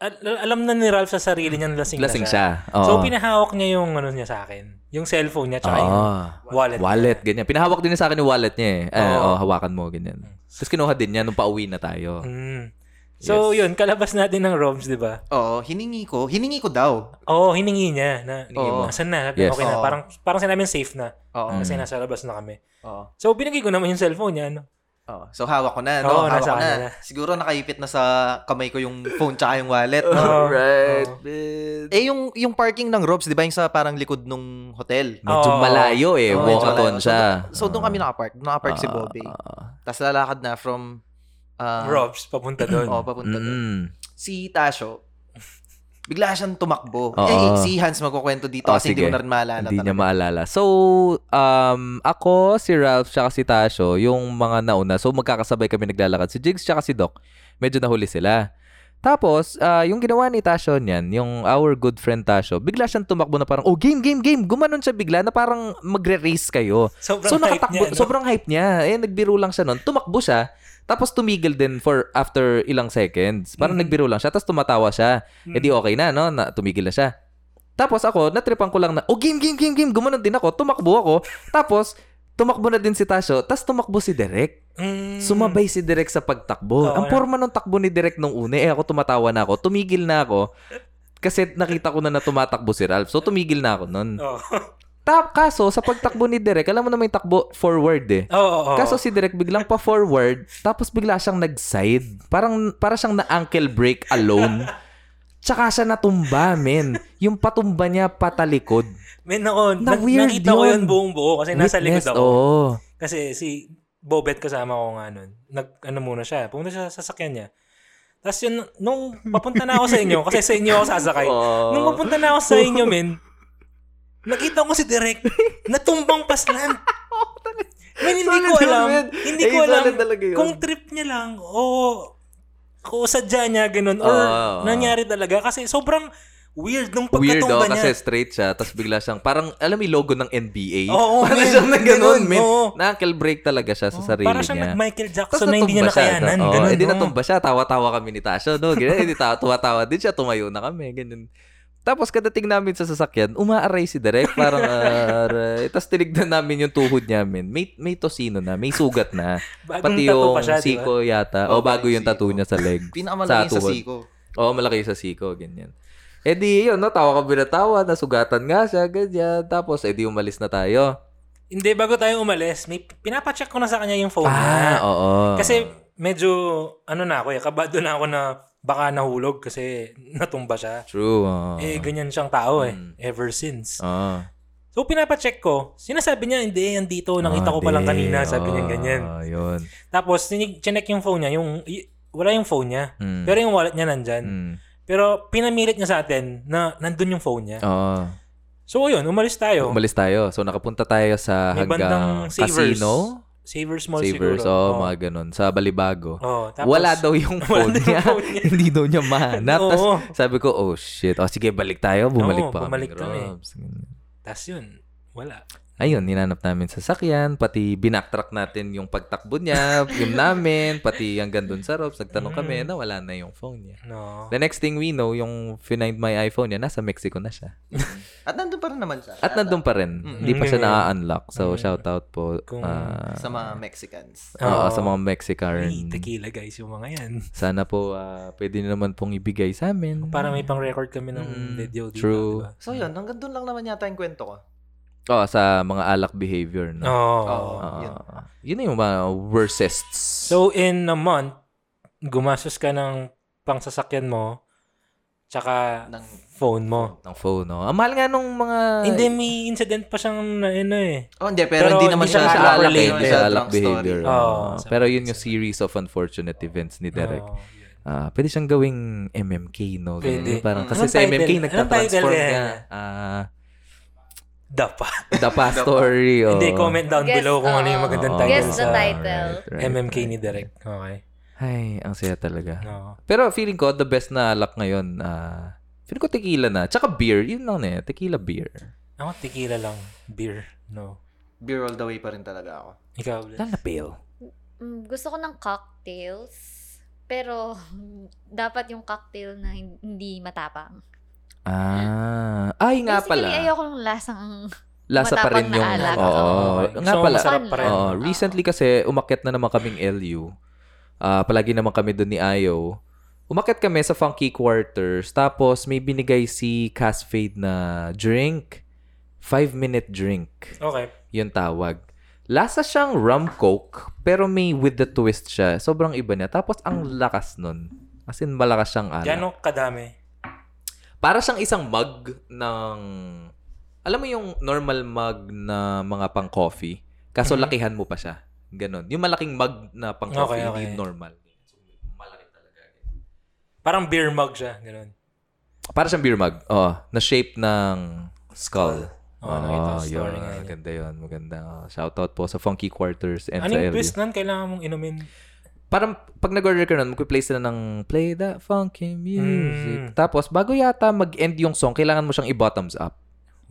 [SPEAKER 1] al- alam na ni Ralph sa sarili niya na lasing, na
[SPEAKER 2] Lasing siya. Oo.
[SPEAKER 1] So pinahawak niya yung ano niya sa akin, yung cellphone niya tsaka
[SPEAKER 2] Oo.
[SPEAKER 1] yung wallet. niya.
[SPEAKER 2] Wallet, ganyan. Pinahawak din niya sa akin yung wallet niya eh. Eh,
[SPEAKER 1] Oo.
[SPEAKER 2] oh, hawakan mo, ganyan. Tapos kinuha din niya nung pauwi na tayo.
[SPEAKER 1] Mm. So
[SPEAKER 2] Yes.
[SPEAKER 1] yun, kalabas natin ng Robs, 'di ba?
[SPEAKER 3] Oo, hiningi ko. Hiningi ko daw.
[SPEAKER 1] Oo, hiningi niya na
[SPEAKER 2] Hiningi
[SPEAKER 3] mo.
[SPEAKER 1] asan na?
[SPEAKER 2] Yes.
[SPEAKER 1] Okay na.
[SPEAKER 3] Oo.
[SPEAKER 1] Parang parang sinabi safe na
[SPEAKER 3] Oo.
[SPEAKER 1] kasi
[SPEAKER 2] Mm.
[SPEAKER 1] nasa labas na kami.
[SPEAKER 3] Oo.
[SPEAKER 1] So binigay ko naman yung cellphone niya, ano.
[SPEAKER 3] Oo. So, hawak ko na, no?
[SPEAKER 1] Oo,
[SPEAKER 3] hawak
[SPEAKER 1] nasa
[SPEAKER 3] ko na.
[SPEAKER 1] kanila.
[SPEAKER 3] Siguro nakaipit na sa kamay ko yung phone tsaka yung wallet. no?
[SPEAKER 1] Oo.
[SPEAKER 2] Alright,
[SPEAKER 1] Oo.
[SPEAKER 2] bitch.
[SPEAKER 3] Eh, yung, yung parking ng Robs, di ba yung sa parang likod nung hotel?
[SPEAKER 2] Medyo
[SPEAKER 1] Oo.
[SPEAKER 2] malayo eh.
[SPEAKER 3] Oo, medyo
[SPEAKER 2] Walkathon
[SPEAKER 3] malayo.
[SPEAKER 2] Ah, siya.
[SPEAKER 3] So, doon kami nakapark. Nakapark si
[SPEAKER 2] Ah,
[SPEAKER 3] Bobby.
[SPEAKER 2] ah,
[SPEAKER 3] Tapos lalakad na from... ah,
[SPEAKER 1] Robs papunta doon.
[SPEAKER 3] Oo, papunta doon.
[SPEAKER 2] mm-mm.
[SPEAKER 3] Si Tasho, bigla siyang tumakbo.
[SPEAKER 2] Oo.
[SPEAKER 3] Eh, si Hans magkukwento dito
[SPEAKER 2] Oh,
[SPEAKER 3] kasi hindi
[SPEAKER 2] sige.
[SPEAKER 3] ko na rin maalala.
[SPEAKER 2] Hindi niya
[SPEAKER 3] talaga.
[SPEAKER 2] maalala. So, um, ako, si Ralph, siya si Tasho, yung mga nauna. So, magkakasabay kami naglalakad. Si Jigs, siya si Doc. Medyo nahuli sila. Tapos, ah, yung ginawa ni Tasho niyan, yung our good friend Tasho, bigla siyang tumakbo na parang, oh, game, game, game. Gumanon siya bigla na parang magre-race kayo.
[SPEAKER 1] Sobrang
[SPEAKER 2] so,
[SPEAKER 1] hype
[SPEAKER 2] nakatakbo.
[SPEAKER 1] niya. ano?
[SPEAKER 2] Sobrang hype niya. Eh, nagbiro lang siya nun. Tumakbo siya. Tapos tumigil din for after ilang seconds. Parang
[SPEAKER 1] Mhm.
[SPEAKER 2] nagbiro lang siya. Tapos tumatawa siya.
[SPEAKER 1] Mm.
[SPEAKER 2] Eh di okay na, no? Na, tumigil na siya. Tapos ako, natripan ko lang na, oh, game, game, game, game. Gumanon din ako. Tumakbo ako. Tapos, tumakbo na din si Tasho. Tapos tumakbo si Derek.
[SPEAKER 1] Mm.
[SPEAKER 2] Sumabay si Derek sa pagtakbo.
[SPEAKER 1] Oo, eh.
[SPEAKER 2] Ang
[SPEAKER 1] na-
[SPEAKER 2] forma ng takbo ni Derek nung una, eh ako tumatawa na ako. Tumigil na ako. Kasi nakita ko na na tumatakbo si Ralph. So, tumigil na ako nun.
[SPEAKER 1] Oo.
[SPEAKER 2] Tap, kaso, sa pagtakbo ni Derek, alam mo na may takbo forward eh.
[SPEAKER 1] Oo, oo, oo.
[SPEAKER 2] Kaso si Direk biglang pa forward, tapos bigla siyang nag-side. Parang para siyang na ankle break alone. Tsaka siya natumba, men. Yung patumba niya patalikod.
[SPEAKER 1] Men ako,
[SPEAKER 2] Na
[SPEAKER 1] nag-
[SPEAKER 2] weird
[SPEAKER 1] nakita ko yun
[SPEAKER 2] yun.
[SPEAKER 1] buong buo kasi nasa likod
[SPEAKER 2] Witness,
[SPEAKER 1] ako.
[SPEAKER 2] oo.
[SPEAKER 1] Kasi si Bobet kasama ko nga nun. Nag, ano muna siya. Pumunta siya sa sasakyan niya. Tapos yun, nung papunta na ako sa inyo, kasi sa inyo ako sasakay.
[SPEAKER 2] Oo.
[SPEAKER 1] Nung papunta na ako sa inyo, men, nakita ko si Direk natumbang paslan. Men, hindi ko
[SPEAKER 2] Solid yun,
[SPEAKER 1] alam.
[SPEAKER 2] men.
[SPEAKER 1] Hindi
[SPEAKER 2] Eh,
[SPEAKER 1] ko alam
[SPEAKER 2] solid talaga yun.
[SPEAKER 1] kung trip niya lang o kung sadya niya ganun or
[SPEAKER 2] Oo.
[SPEAKER 1] nangyari talaga. Kasi sobrang weird nung
[SPEAKER 2] Weird
[SPEAKER 1] pagkatumba
[SPEAKER 2] oh,
[SPEAKER 1] niya.
[SPEAKER 2] kasi straight siya, tapos bigla siyang, parang, alam mo yung logo ng NBA?
[SPEAKER 1] Oo,
[SPEAKER 2] parang
[SPEAKER 1] men.
[SPEAKER 2] siyang na ganun,
[SPEAKER 1] Ganun,
[SPEAKER 2] men.
[SPEAKER 1] oo.
[SPEAKER 2] Na ankle break talaga siya sa sarili
[SPEAKER 1] Para siyang
[SPEAKER 2] niya.
[SPEAKER 1] nag-Michael Jackson
[SPEAKER 2] Tapos
[SPEAKER 1] na hindi niya
[SPEAKER 2] natumba siya.
[SPEAKER 1] nakayanan.
[SPEAKER 2] Oo,
[SPEAKER 1] ganun,
[SPEAKER 2] eh, di
[SPEAKER 1] no?
[SPEAKER 2] natumba siya. Tawa-tawa kami ni Tasha. No, ganyan. Hindi tawa, tawa-tawa din siya. Tumayo na kami. Ganyan. Tapos kadating namin sa sasakyan, umaaray si Derek. Parang, ah, aray. Tapos tinignan namin yung tuhod namin. May, may tosino na. May sugat na.
[SPEAKER 1] Bagong
[SPEAKER 2] Pati
[SPEAKER 1] tattoo
[SPEAKER 2] yung
[SPEAKER 1] pa siya, di ba? Oh,
[SPEAKER 2] siko yata. O
[SPEAKER 3] Oo,
[SPEAKER 2] bago
[SPEAKER 3] yung
[SPEAKER 2] yung tattoo
[SPEAKER 3] siko.
[SPEAKER 2] niya sa leg. sa
[SPEAKER 3] Pinakamalaki sa,
[SPEAKER 2] tuhod.
[SPEAKER 3] siko.
[SPEAKER 2] Oo, malaki yung sa siko. Ganyan. Eh di, yun, no, tawa kami na tawa. Nasugatan nga siya. Ganyan. Tapos, eh di, umalis na tayo.
[SPEAKER 1] Hindi, bago tayo umalis, may pinapacheck ko na sa kanya yung phone niya.
[SPEAKER 2] Ah, oo.
[SPEAKER 1] Kasi medyo, ano na ako eh, kabado na ako na baka nahulog kasi natumba siya.
[SPEAKER 2] True. oo.
[SPEAKER 1] Eh, ganyan siyang tao eh.
[SPEAKER 2] Mm.
[SPEAKER 1] Ever since.
[SPEAKER 2] Oo.
[SPEAKER 1] So, pinapa-check ko. Sinasabi niya, hindi, yan dito. Nakita
[SPEAKER 2] Ah,
[SPEAKER 1] ko pa lang
[SPEAKER 2] di.
[SPEAKER 1] kanina. Sabi niya
[SPEAKER 2] Oo,
[SPEAKER 1] ganyan.
[SPEAKER 2] yun.
[SPEAKER 1] Tapos, sinig- chinek yung phone niya. Yung, y- wala yung phone niya.
[SPEAKER 2] Mm.
[SPEAKER 1] Pero yung wallet niya nandyan.
[SPEAKER 2] Mm.
[SPEAKER 1] Pero, pinamilit niya sa atin na nandun yung phone niya.
[SPEAKER 2] Oo.
[SPEAKER 1] So, ayun, umalis tayo.
[SPEAKER 2] Umalis tayo. So, nakapunta tayo sa
[SPEAKER 1] May bandang
[SPEAKER 2] hanggang
[SPEAKER 1] Savers.
[SPEAKER 2] casino.
[SPEAKER 1] Savers Mall
[SPEAKER 2] Savers.
[SPEAKER 1] siguro.
[SPEAKER 2] Oo, mga ganun. Sa Balibago.
[SPEAKER 1] Oo, tapos-
[SPEAKER 2] wala daw yung
[SPEAKER 1] Wala
[SPEAKER 2] phone
[SPEAKER 1] daw yung
[SPEAKER 2] niya.
[SPEAKER 1] phone niya.
[SPEAKER 2] Hindi daw niya mahanap. Ah, Tas
[SPEAKER 1] Oo.
[SPEAKER 2] sabi ko, oh shit. O sige, balik tayo. Bumalik
[SPEAKER 1] Oo,
[SPEAKER 2] pa.
[SPEAKER 1] bumalik
[SPEAKER 2] kami,
[SPEAKER 1] kami.
[SPEAKER 2] Robs. Ganyan.
[SPEAKER 1] Tapos yun, wala.
[SPEAKER 2] Ayun, ninanap namin sa sakyan, pati binaktrack natin yung pagtakbo niya, yung namin, pati hanggang dun sa Robs. Nagtanong kami
[SPEAKER 1] Mm.
[SPEAKER 2] na wala na yung phone niya.
[SPEAKER 1] No.
[SPEAKER 2] The next thing we know, yung finind my iPhone niya, nasa Mexico na siya.
[SPEAKER 3] At nandun pa rin naman siya.
[SPEAKER 2] At nandun pa rin.
[SPEAKER 3] Mm.
[SPEAKER 2] Hindi pa siya
[SPEAKER 1] Mm.
[SPEAKER 2] na-unlock. So,
[SPEAKER 1] Mm.
[SPEAKER 2] shout out po.
[SPEAKER 1] Kung-
[SPEAKER 2] ah,
[SPEAKER 3] Sa mga Mexicans.
[SPEAKER 2] oo,
[SPEAKER 1] Oo.
[SPEAKER 2] sa mga Mexican.
[SPEAKER 1] Ay, tequila guys, yung mga yan.
[SPEAKER 2] Sana po, ah, pwede niyo naman pong ibigay sa amin.
[SPEAKER 1] Para may pang-record kami ng
[SPEAKER 2] Mm,
[SPEAKER 1] video dito.
[SPEAKER 2] true.
[SPEAKER 1] Diba?
[SPEAKER 3] So yun, hanggang doon lang naman yata yung kwento ko.
[SPEAKER 2] Oo, sa mga alak behavior. No?
[SPEAKER 1] Oo.
[SPEAKER 3] Oo.
[SPEAKER 2] Ah,
[SPEAKER 3] yun.
[SPEAKER 2] yun yung mga worsests.
[SPEAKER 1] So, in a month, gumastos ka ng pangsasakyan mo, tsaka
[SPEAKER 3] Ng-
[SPEAKER 1] phone mo.
[SPEAKER 2] ng phone, no? Ang mahal nga nung mga...
[SPEAKER 1] Hindi, may incident pa siyang na, ano eh.
[SPEAKER 3] Oh, hindi, pero,
[SPEAKER 1] Pero
[SPEAKER 3] hindi naman
[SPEAKER 1] hindi
[SPEAKER 3] siya
[SPEAKER 1] siya
[SPEAKER 3] sa
[SPEAKER 1] alak
[SPEAKER 3] alak, eh,
[SPEAKER 1] related,
[SPEAKER 3] hindi
[SPEAKER 2] behavior.
[SPEAKER 3] siya
[SPEAKER 2] Alak
[SPEAKER 3] drunk
[SPEAKER 2] behavior.
[SPEAKER 3] story.
[SPEAKER 1] Oo.
[SPEAKER 2] oo. Pero yun yung series of unfortunate events ni Derek.
[SPEAKER 1] Oo, yun.
[SPEAKER 2] Ah, pwede siyang gawing MMK, no? Ganun,
[SPEAKER 1] Pwede.
[SPEAKER 2] Parang,
[SPEAKER 3] Mm.
[SPEAKER 2] kasi
[SPEAKER 1] Anong
[SPEAKER 2] sa
[SPEAKER 1] title?
[SPEAKER 2] MMK,
[SPEAKER 1] Anong
[SPEAKER 2] nagtatransform
[SPEAKER 1] title
[SPEAKER 2] niya.
[SPEAKER 1] yan?
[SPEAKER 2] Ah,
[SPEAKER 1] Dapa.
[SPEAKER 2] the past story. Oh.
[SPEAKER 1] Hindi, comment down
[SPEAKER 4] Guess,
[SPEAKER 1] below kung ano yung
[SPEAKER 4] oo.
[SPEAKER 1] magandang
[SPEAKER 2] Oo.
[SPEAKER 1] title
[SPEAKER 4] Guess the
[SPEAKER 1] sa
[SPEAKER 4] title.
[SPEAKER 2] Right, right,
[SPEAKER 1] MMK ni
[SPEAKER 2] right.
[SPEAKER 1] Derek. Okay.
[SPEAKER 2] Ay, ang saya talaga.
[SPEAKER 1] No.
[SPEAKER 2] Pero feeling ko, the best na luck ngayon, ah, feeling ko tequila na. Tsaka beer. Yun lang na eh. Tequila beer.
[SPEAKER 1] Ako, tequila lang. Beer. No.
[SPEAKER 3] Beer all the way pa rin talaga ako.
[SPEAKER 1] Ikaw, Bless.
[SPEAKER 2] Lala pale.
[SPEAKER 4] Mm, gusto ko ng cocktails. Pero, dapat yung cocktail na hin- hindi matapang.
[SPEAKER 2] Ah. Ay, nga
[SPEAKER 4] Basically,
[SPEAKER 2] pala.
[SPEAKER 4] ayoko ng lasang
[SPEAKER 2] Lasa pa rin
[SPEAKER 4] matapang na
[SPEAKER 2] yung...
[SPEAKER 4] alak.
[SPEAKER 2] Oo.
[SPEAKER 1] Okay.
[SPEAKER 2] Nga
[SPEAKER 1] So,
[SPEAKER 2] pala.
[SPEAKER 1] masarap pa rin.
[SPEAKER 2] Oo, Uh, recently kasi umakyat na naman kaming LU. Ah, palagi naman kami doon ni Ayo. Umakyat kami sa Funky Quarters. Tapos may binigay si Cascade na drink. Five-minute drink.
[SPEAKER 1] Okay.
[SPEAKER 2] Yun tawag. Lasa siyang rum coke, pero may with the twist siya. Sobrang iba niya. Tapos ang lakas nun. As in, malakas siyang ano. alak.
[SPEAKER 1] Gano'ng kadami?
[SPEAKER 2] Para siyang isang mug ng... Alam mo yung normal mug na mga pang-coffee?
[SPEAKER 1] Mhm.
[SPEAKER 2] Kaso lakihan mo pa siya. Ganon. Yung malaking mug na pang-coffee,
[SPEAKER 1] Okay,
[SPEAKER 2] hindi
[SPEAKER 1] okay.
[SPEAKER 2] yung normal. Malaki talaga.
[SPEAKER 1] Parang beer mug siya. Ganun.
[SPEAKER 2] Para siyang beer mug. Oo. na shape ng skull.
[SPEAKER 1] Oo, Oh, nakita ko sa
[SPEAKER 2] Oo, yun.
[SPEAKER 1] story nga yun.
[SPEAKER 2] Maganda yun. Maganda. Oh, shoutout po sa Funky Quarters and
[SPEAKER 1] Ano
[SPEAKER 2] sa
[SPEAKER 1] yung
[SPEAKER 2] LU.
[SPEAKER 1] twist nun? Kailangan mong inumin.
[SPEAKER 2] Parang pag nag-order ka nun, magpiplay sila ng play the funky
[SPEAKER 1] Mm.
[SPEAKER 2] music. Tapos, bago yata mag-end yung song, kailangan mo siyang i-bottoms up.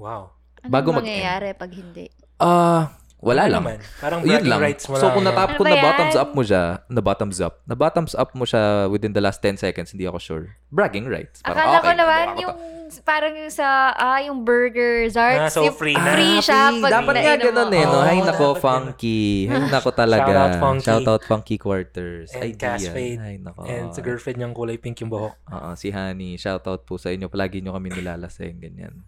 [SPEAKER 1] Wow. Ano
[SPEAKER 4] Anong
[SPEAKER 2] Bago mag-end.
[SPEAKER 4] mangyayari pag hindi?
[SPEAKER 2] Ah, wala
[SPEAKER 1] Ano
[SPEAKER 2] lang.
[SPEAKER 1] naman? Parang
[SPEAKER 2] Yun
[SPEAKER 1] bragging
[SPEAKER 2] lang.
[SPEAKER 1] rights mo
[SPEAKER 2] So,
[SPEAKER 1] lang.
[SPEAKER 2] kung,
[SPEAKER 1] ano?
[SPEAKER 2] natap,
[SPEAKER 4] Ano
[SPEAKER 2] kung
[SPEAKER 4] ba yan?
[SPEAKER 2] na-bottoms up mo siya, na-bottoms up, na-bottoms up mo siya within the last 10 seconds, hindi ako sure. Bragging rights. Parang,
[SPEAKER 4] Akala ko
[SPEAKER 2] okay, diba?
[SPEAKER 4] naman
[SPEAKER 2] nagawa
[SPEAKER 4] yung
[SPEAKER 2] to.
[SPEAKER 4] parang yung sa ah, yung burger
[SPEAKER 1] Ah,
[SPEAKER 4] zarts.
[SPEAKER 1] so
[SPEAKER 4] yung
[SPEAKER 1] free na.
[SPEAKER 4] Free siya.
[SPEAKER 2] Free.
[SPEAKER 4] pag
[SPEAKER 2] Dapat nga
[SPEAKER 4] nainom
[SPEAKER 2] ganun eh, no?
[SPEAKER 1] Oo,
[SPEAKER 2] Hay nako,
[SPEAKER 1] dapat
[SPEAKER 2] funky. Hay nako talaga.
[SPEAKER 1] Shout out, Funky.
[SPEAKER 2] Shout out, funky quarters.
[SPEAKER 1] And
[SPEAKER 2] Idea.
[SPEAKER 1] Cass Fade.
[SPEAKER 2] Hay nako.
[SPEAKER 1] And sa girlfriend niyang kulay pink yung buhok.
[SPEAKER 2] Oo, si Honey. Shout out po sa inyo. Palagi nyo kami nilalasing. Ganyan.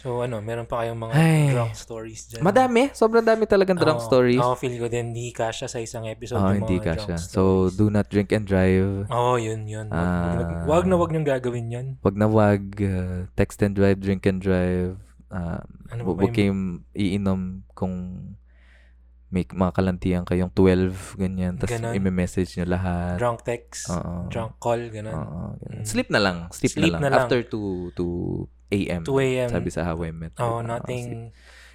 [SPEAKER 1] So ano, meron pa kayong mga
[SPEAKER 2] Ay.
[SPEAKER 1] drunk stories dyan.
[SPEAKER 2] Madami. Sobrang dami talagang drunk
[SPEAKER 1] Oo.
[SPEAKER 2] stories.
[SPEAKER 1] Oo, feel ko din. Hindi kasha sa isang episode.
[SPEAKER 2] Oo,
[SPEAKER 1] yung mga
[SPEAKER 2] hindi ka
[SPEAKER 1] drunk
[SPEAKER 2] siya. So,
[SPEAKER 1] stories.
[SPEAKER 2] do not drink and drive.
[SPEAKER 1] Oo, yun, yun. Wag, wag,
[SPEAKER 2] Ah.
[SPEAKER 1] wag na wag niyong gagawin yun.
[SPEAKER 2] Wag na wag. uh, text and drive, drink and drive. Um,
[SPEAKER 1] Ano ba ba
[SPEAKER 2] huwag kayong iinom kung may mga kalantian kayong 12, ganyan. Tapos
[SPEAKER 1] Ganon.
[SPEAKER 2] i-message nyo lahat.
[SPEAKER 1] Drunk text,
[SPEAKER 2] Oo.
[SPEAKER 1] drunk call, ganun.
[SPEAKER 2] Oo,
[SPEAKER 1] Mm.
[SPEAKER 2] ganun. Sleep na lang. Sleep,
[SPEAKER 1] Sleep
[SPEAKER 2] na, lang.
[SPEAKER 1] na lang.
[SPEAKER 2] After 2, 2 a.m.
[SPEAKER 1] 2 a.m.
[SPEAKER 2] Sabi sa How I Met.
[SPEAKER 1] Oh,
[SPEAKER 2] Your Mother, sleep.
[SPEAKER 1] nothing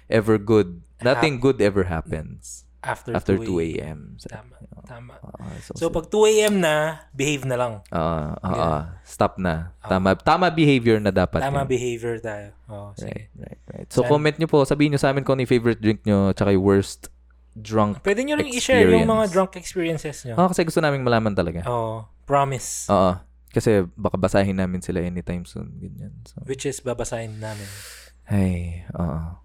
[SPEAKER 2] Ever good. Nothing good ever happens
[SPEAKER 1] after,
[SPEAKER 2] after
[SPEAKER 1] 2
[SPEAKER 2] 2 a.m. Sabi-
[SPEAKER 1] Tama, tama.
[SPEAKER 2] Oo,
[SPEAKER 1] So, pag 2 a.m. na, behave na lang.
[SPEAKER 2] Oo, oo,
[SPEAKER 1] Yeah.
[SPEAKER 2] oo. ah, stop na.
[SPEAKER 1] Oo.
[SPEAKER 2] Tama tama behavior na dapat.
[SPEAKER 1] Tama
[SPEAKER 2] yun.
[SPEAKER 1] behavior tayo. Oo, sige.
[SPEAKER 2] Right, right, right. So,
[SPEAKER 1] Saan-
[SPEAKER 2] comment nyo po. Sabihin nyo sa amin kung ano yung favorite drink nyo tsaka yung worst drunk.
[SPEAKER 1] Pwede nyo rin i-share yung mga
[SPEAKER 2] Experience. Oh.
[SPEAKER 1] drunk experiences nyo.
[SPEAKER 2] Oo, kasi gusto namin malaman talaga. Oo.
[SPEAKER 1] Oh, promise.
[SPEAKER 2] Kasi baka basahin namin sila anytime soon. Ganyan. So,
[SPEAKER 1] Which is babasahin namin.
[SPEAKER 2] ay, oo.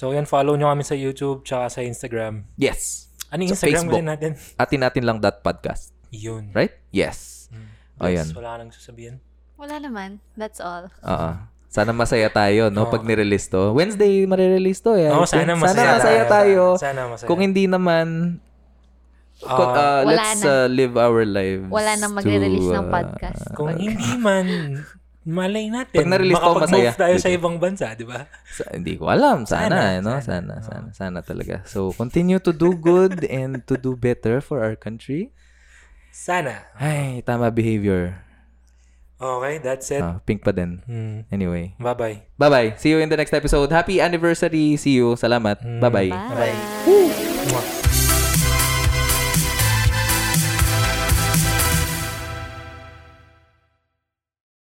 [SPEAKER 1] So, yan, follow nyo kami sa YouTube tsaka sa Instagram.
[SPEAKER 2] Yes!
[SPEAKER 1] Ano yung
[SPEAKER 2] Sa
[SPEAKER 1] Instagram
[SPEAKER 2] Facebook.
[SPEAKER 1] ulit natin?
[SPEAKER 2] Atin natin lang that podcast.
[SPEAKER 1] Yun.
[SPEAKER 2] Right? Oh, Yes.
[SPEAKER 1] Mm.
[SPEAKER 2] O,
[SPEAKER 1] Yes,
[SPEAKER 2] yan.
[SPEAKER 1] Wala ka nang sasabihin.
[SPEAKER 4] Wala naman. That's all.
[SPEAKER 2] Oo. Sana masaya tayo, no?
[SPEAKER 1] Oo.
[SPEAKER 2] Pag nirelease to. Wednesday, marirelease to. Eh.
[SPEAKER 1] Oo, sana masaya,
[SPEAKER 2] masaya tayo.
[SPEAKER 1] Sana masaya.
[SPEAKER 2] Kung hindi naman, Ko-
[SPEAKER 1] Ah,
[SPEAKER 2] uh,
[SPEAKER 4] Wala
[SPEAKER 2] let's
[SPEAKER 4] na.
[SPEAKER 2] uh, live our lives.
[SPEAKER 4] Wala nang
[SPEAKER 2] to,
[SPEAKER 4] magre-release ng
[SPEAKER 2] uh,
[SPEAKER 4] podcast.
[SPEAKER 1] kung
[SPEAKER 4] Pag-
[SPEAKER 1] hindi man, malay natin.
[SPEAKER 2] Pag na-release to,
[SPEAKER 1] makapag-move
[SPEAKER 2] masaya.
[SPEAKER 1] tayo sa ibang bansa, di ba?
[SPEAKER 2] sa- hindi ko alam. Sana,
[SPEAKER 1] Sana,
[SPEAKER 2] eh, no?
[SPEAKER 1] sana.
[SPEAKER 2] Sana,
[SPEAKER 1] Oo.
[SPEAKER 2] sana, sana talaga. So, continue to do good and to do better for our country.
[SPEAKER 1] Sana.
[SPEAKER 2] Ay, tama behavior.
[SPEAKER 1] Okay, that's it.
[SPEAKER 2] Ah, pink pa din.
[SPEAKER 1] Hmm.
[SPEAKER 2] Anyway.
[SPEAKER 1] Bye-bye.
[SPEAKER 2] Bye-bye. See you in the next episode. Happy anniversary. See you. Salamat. Bye-bye.
[SPEAKER 4] Bye.
[SPEAKER 1] Mwah.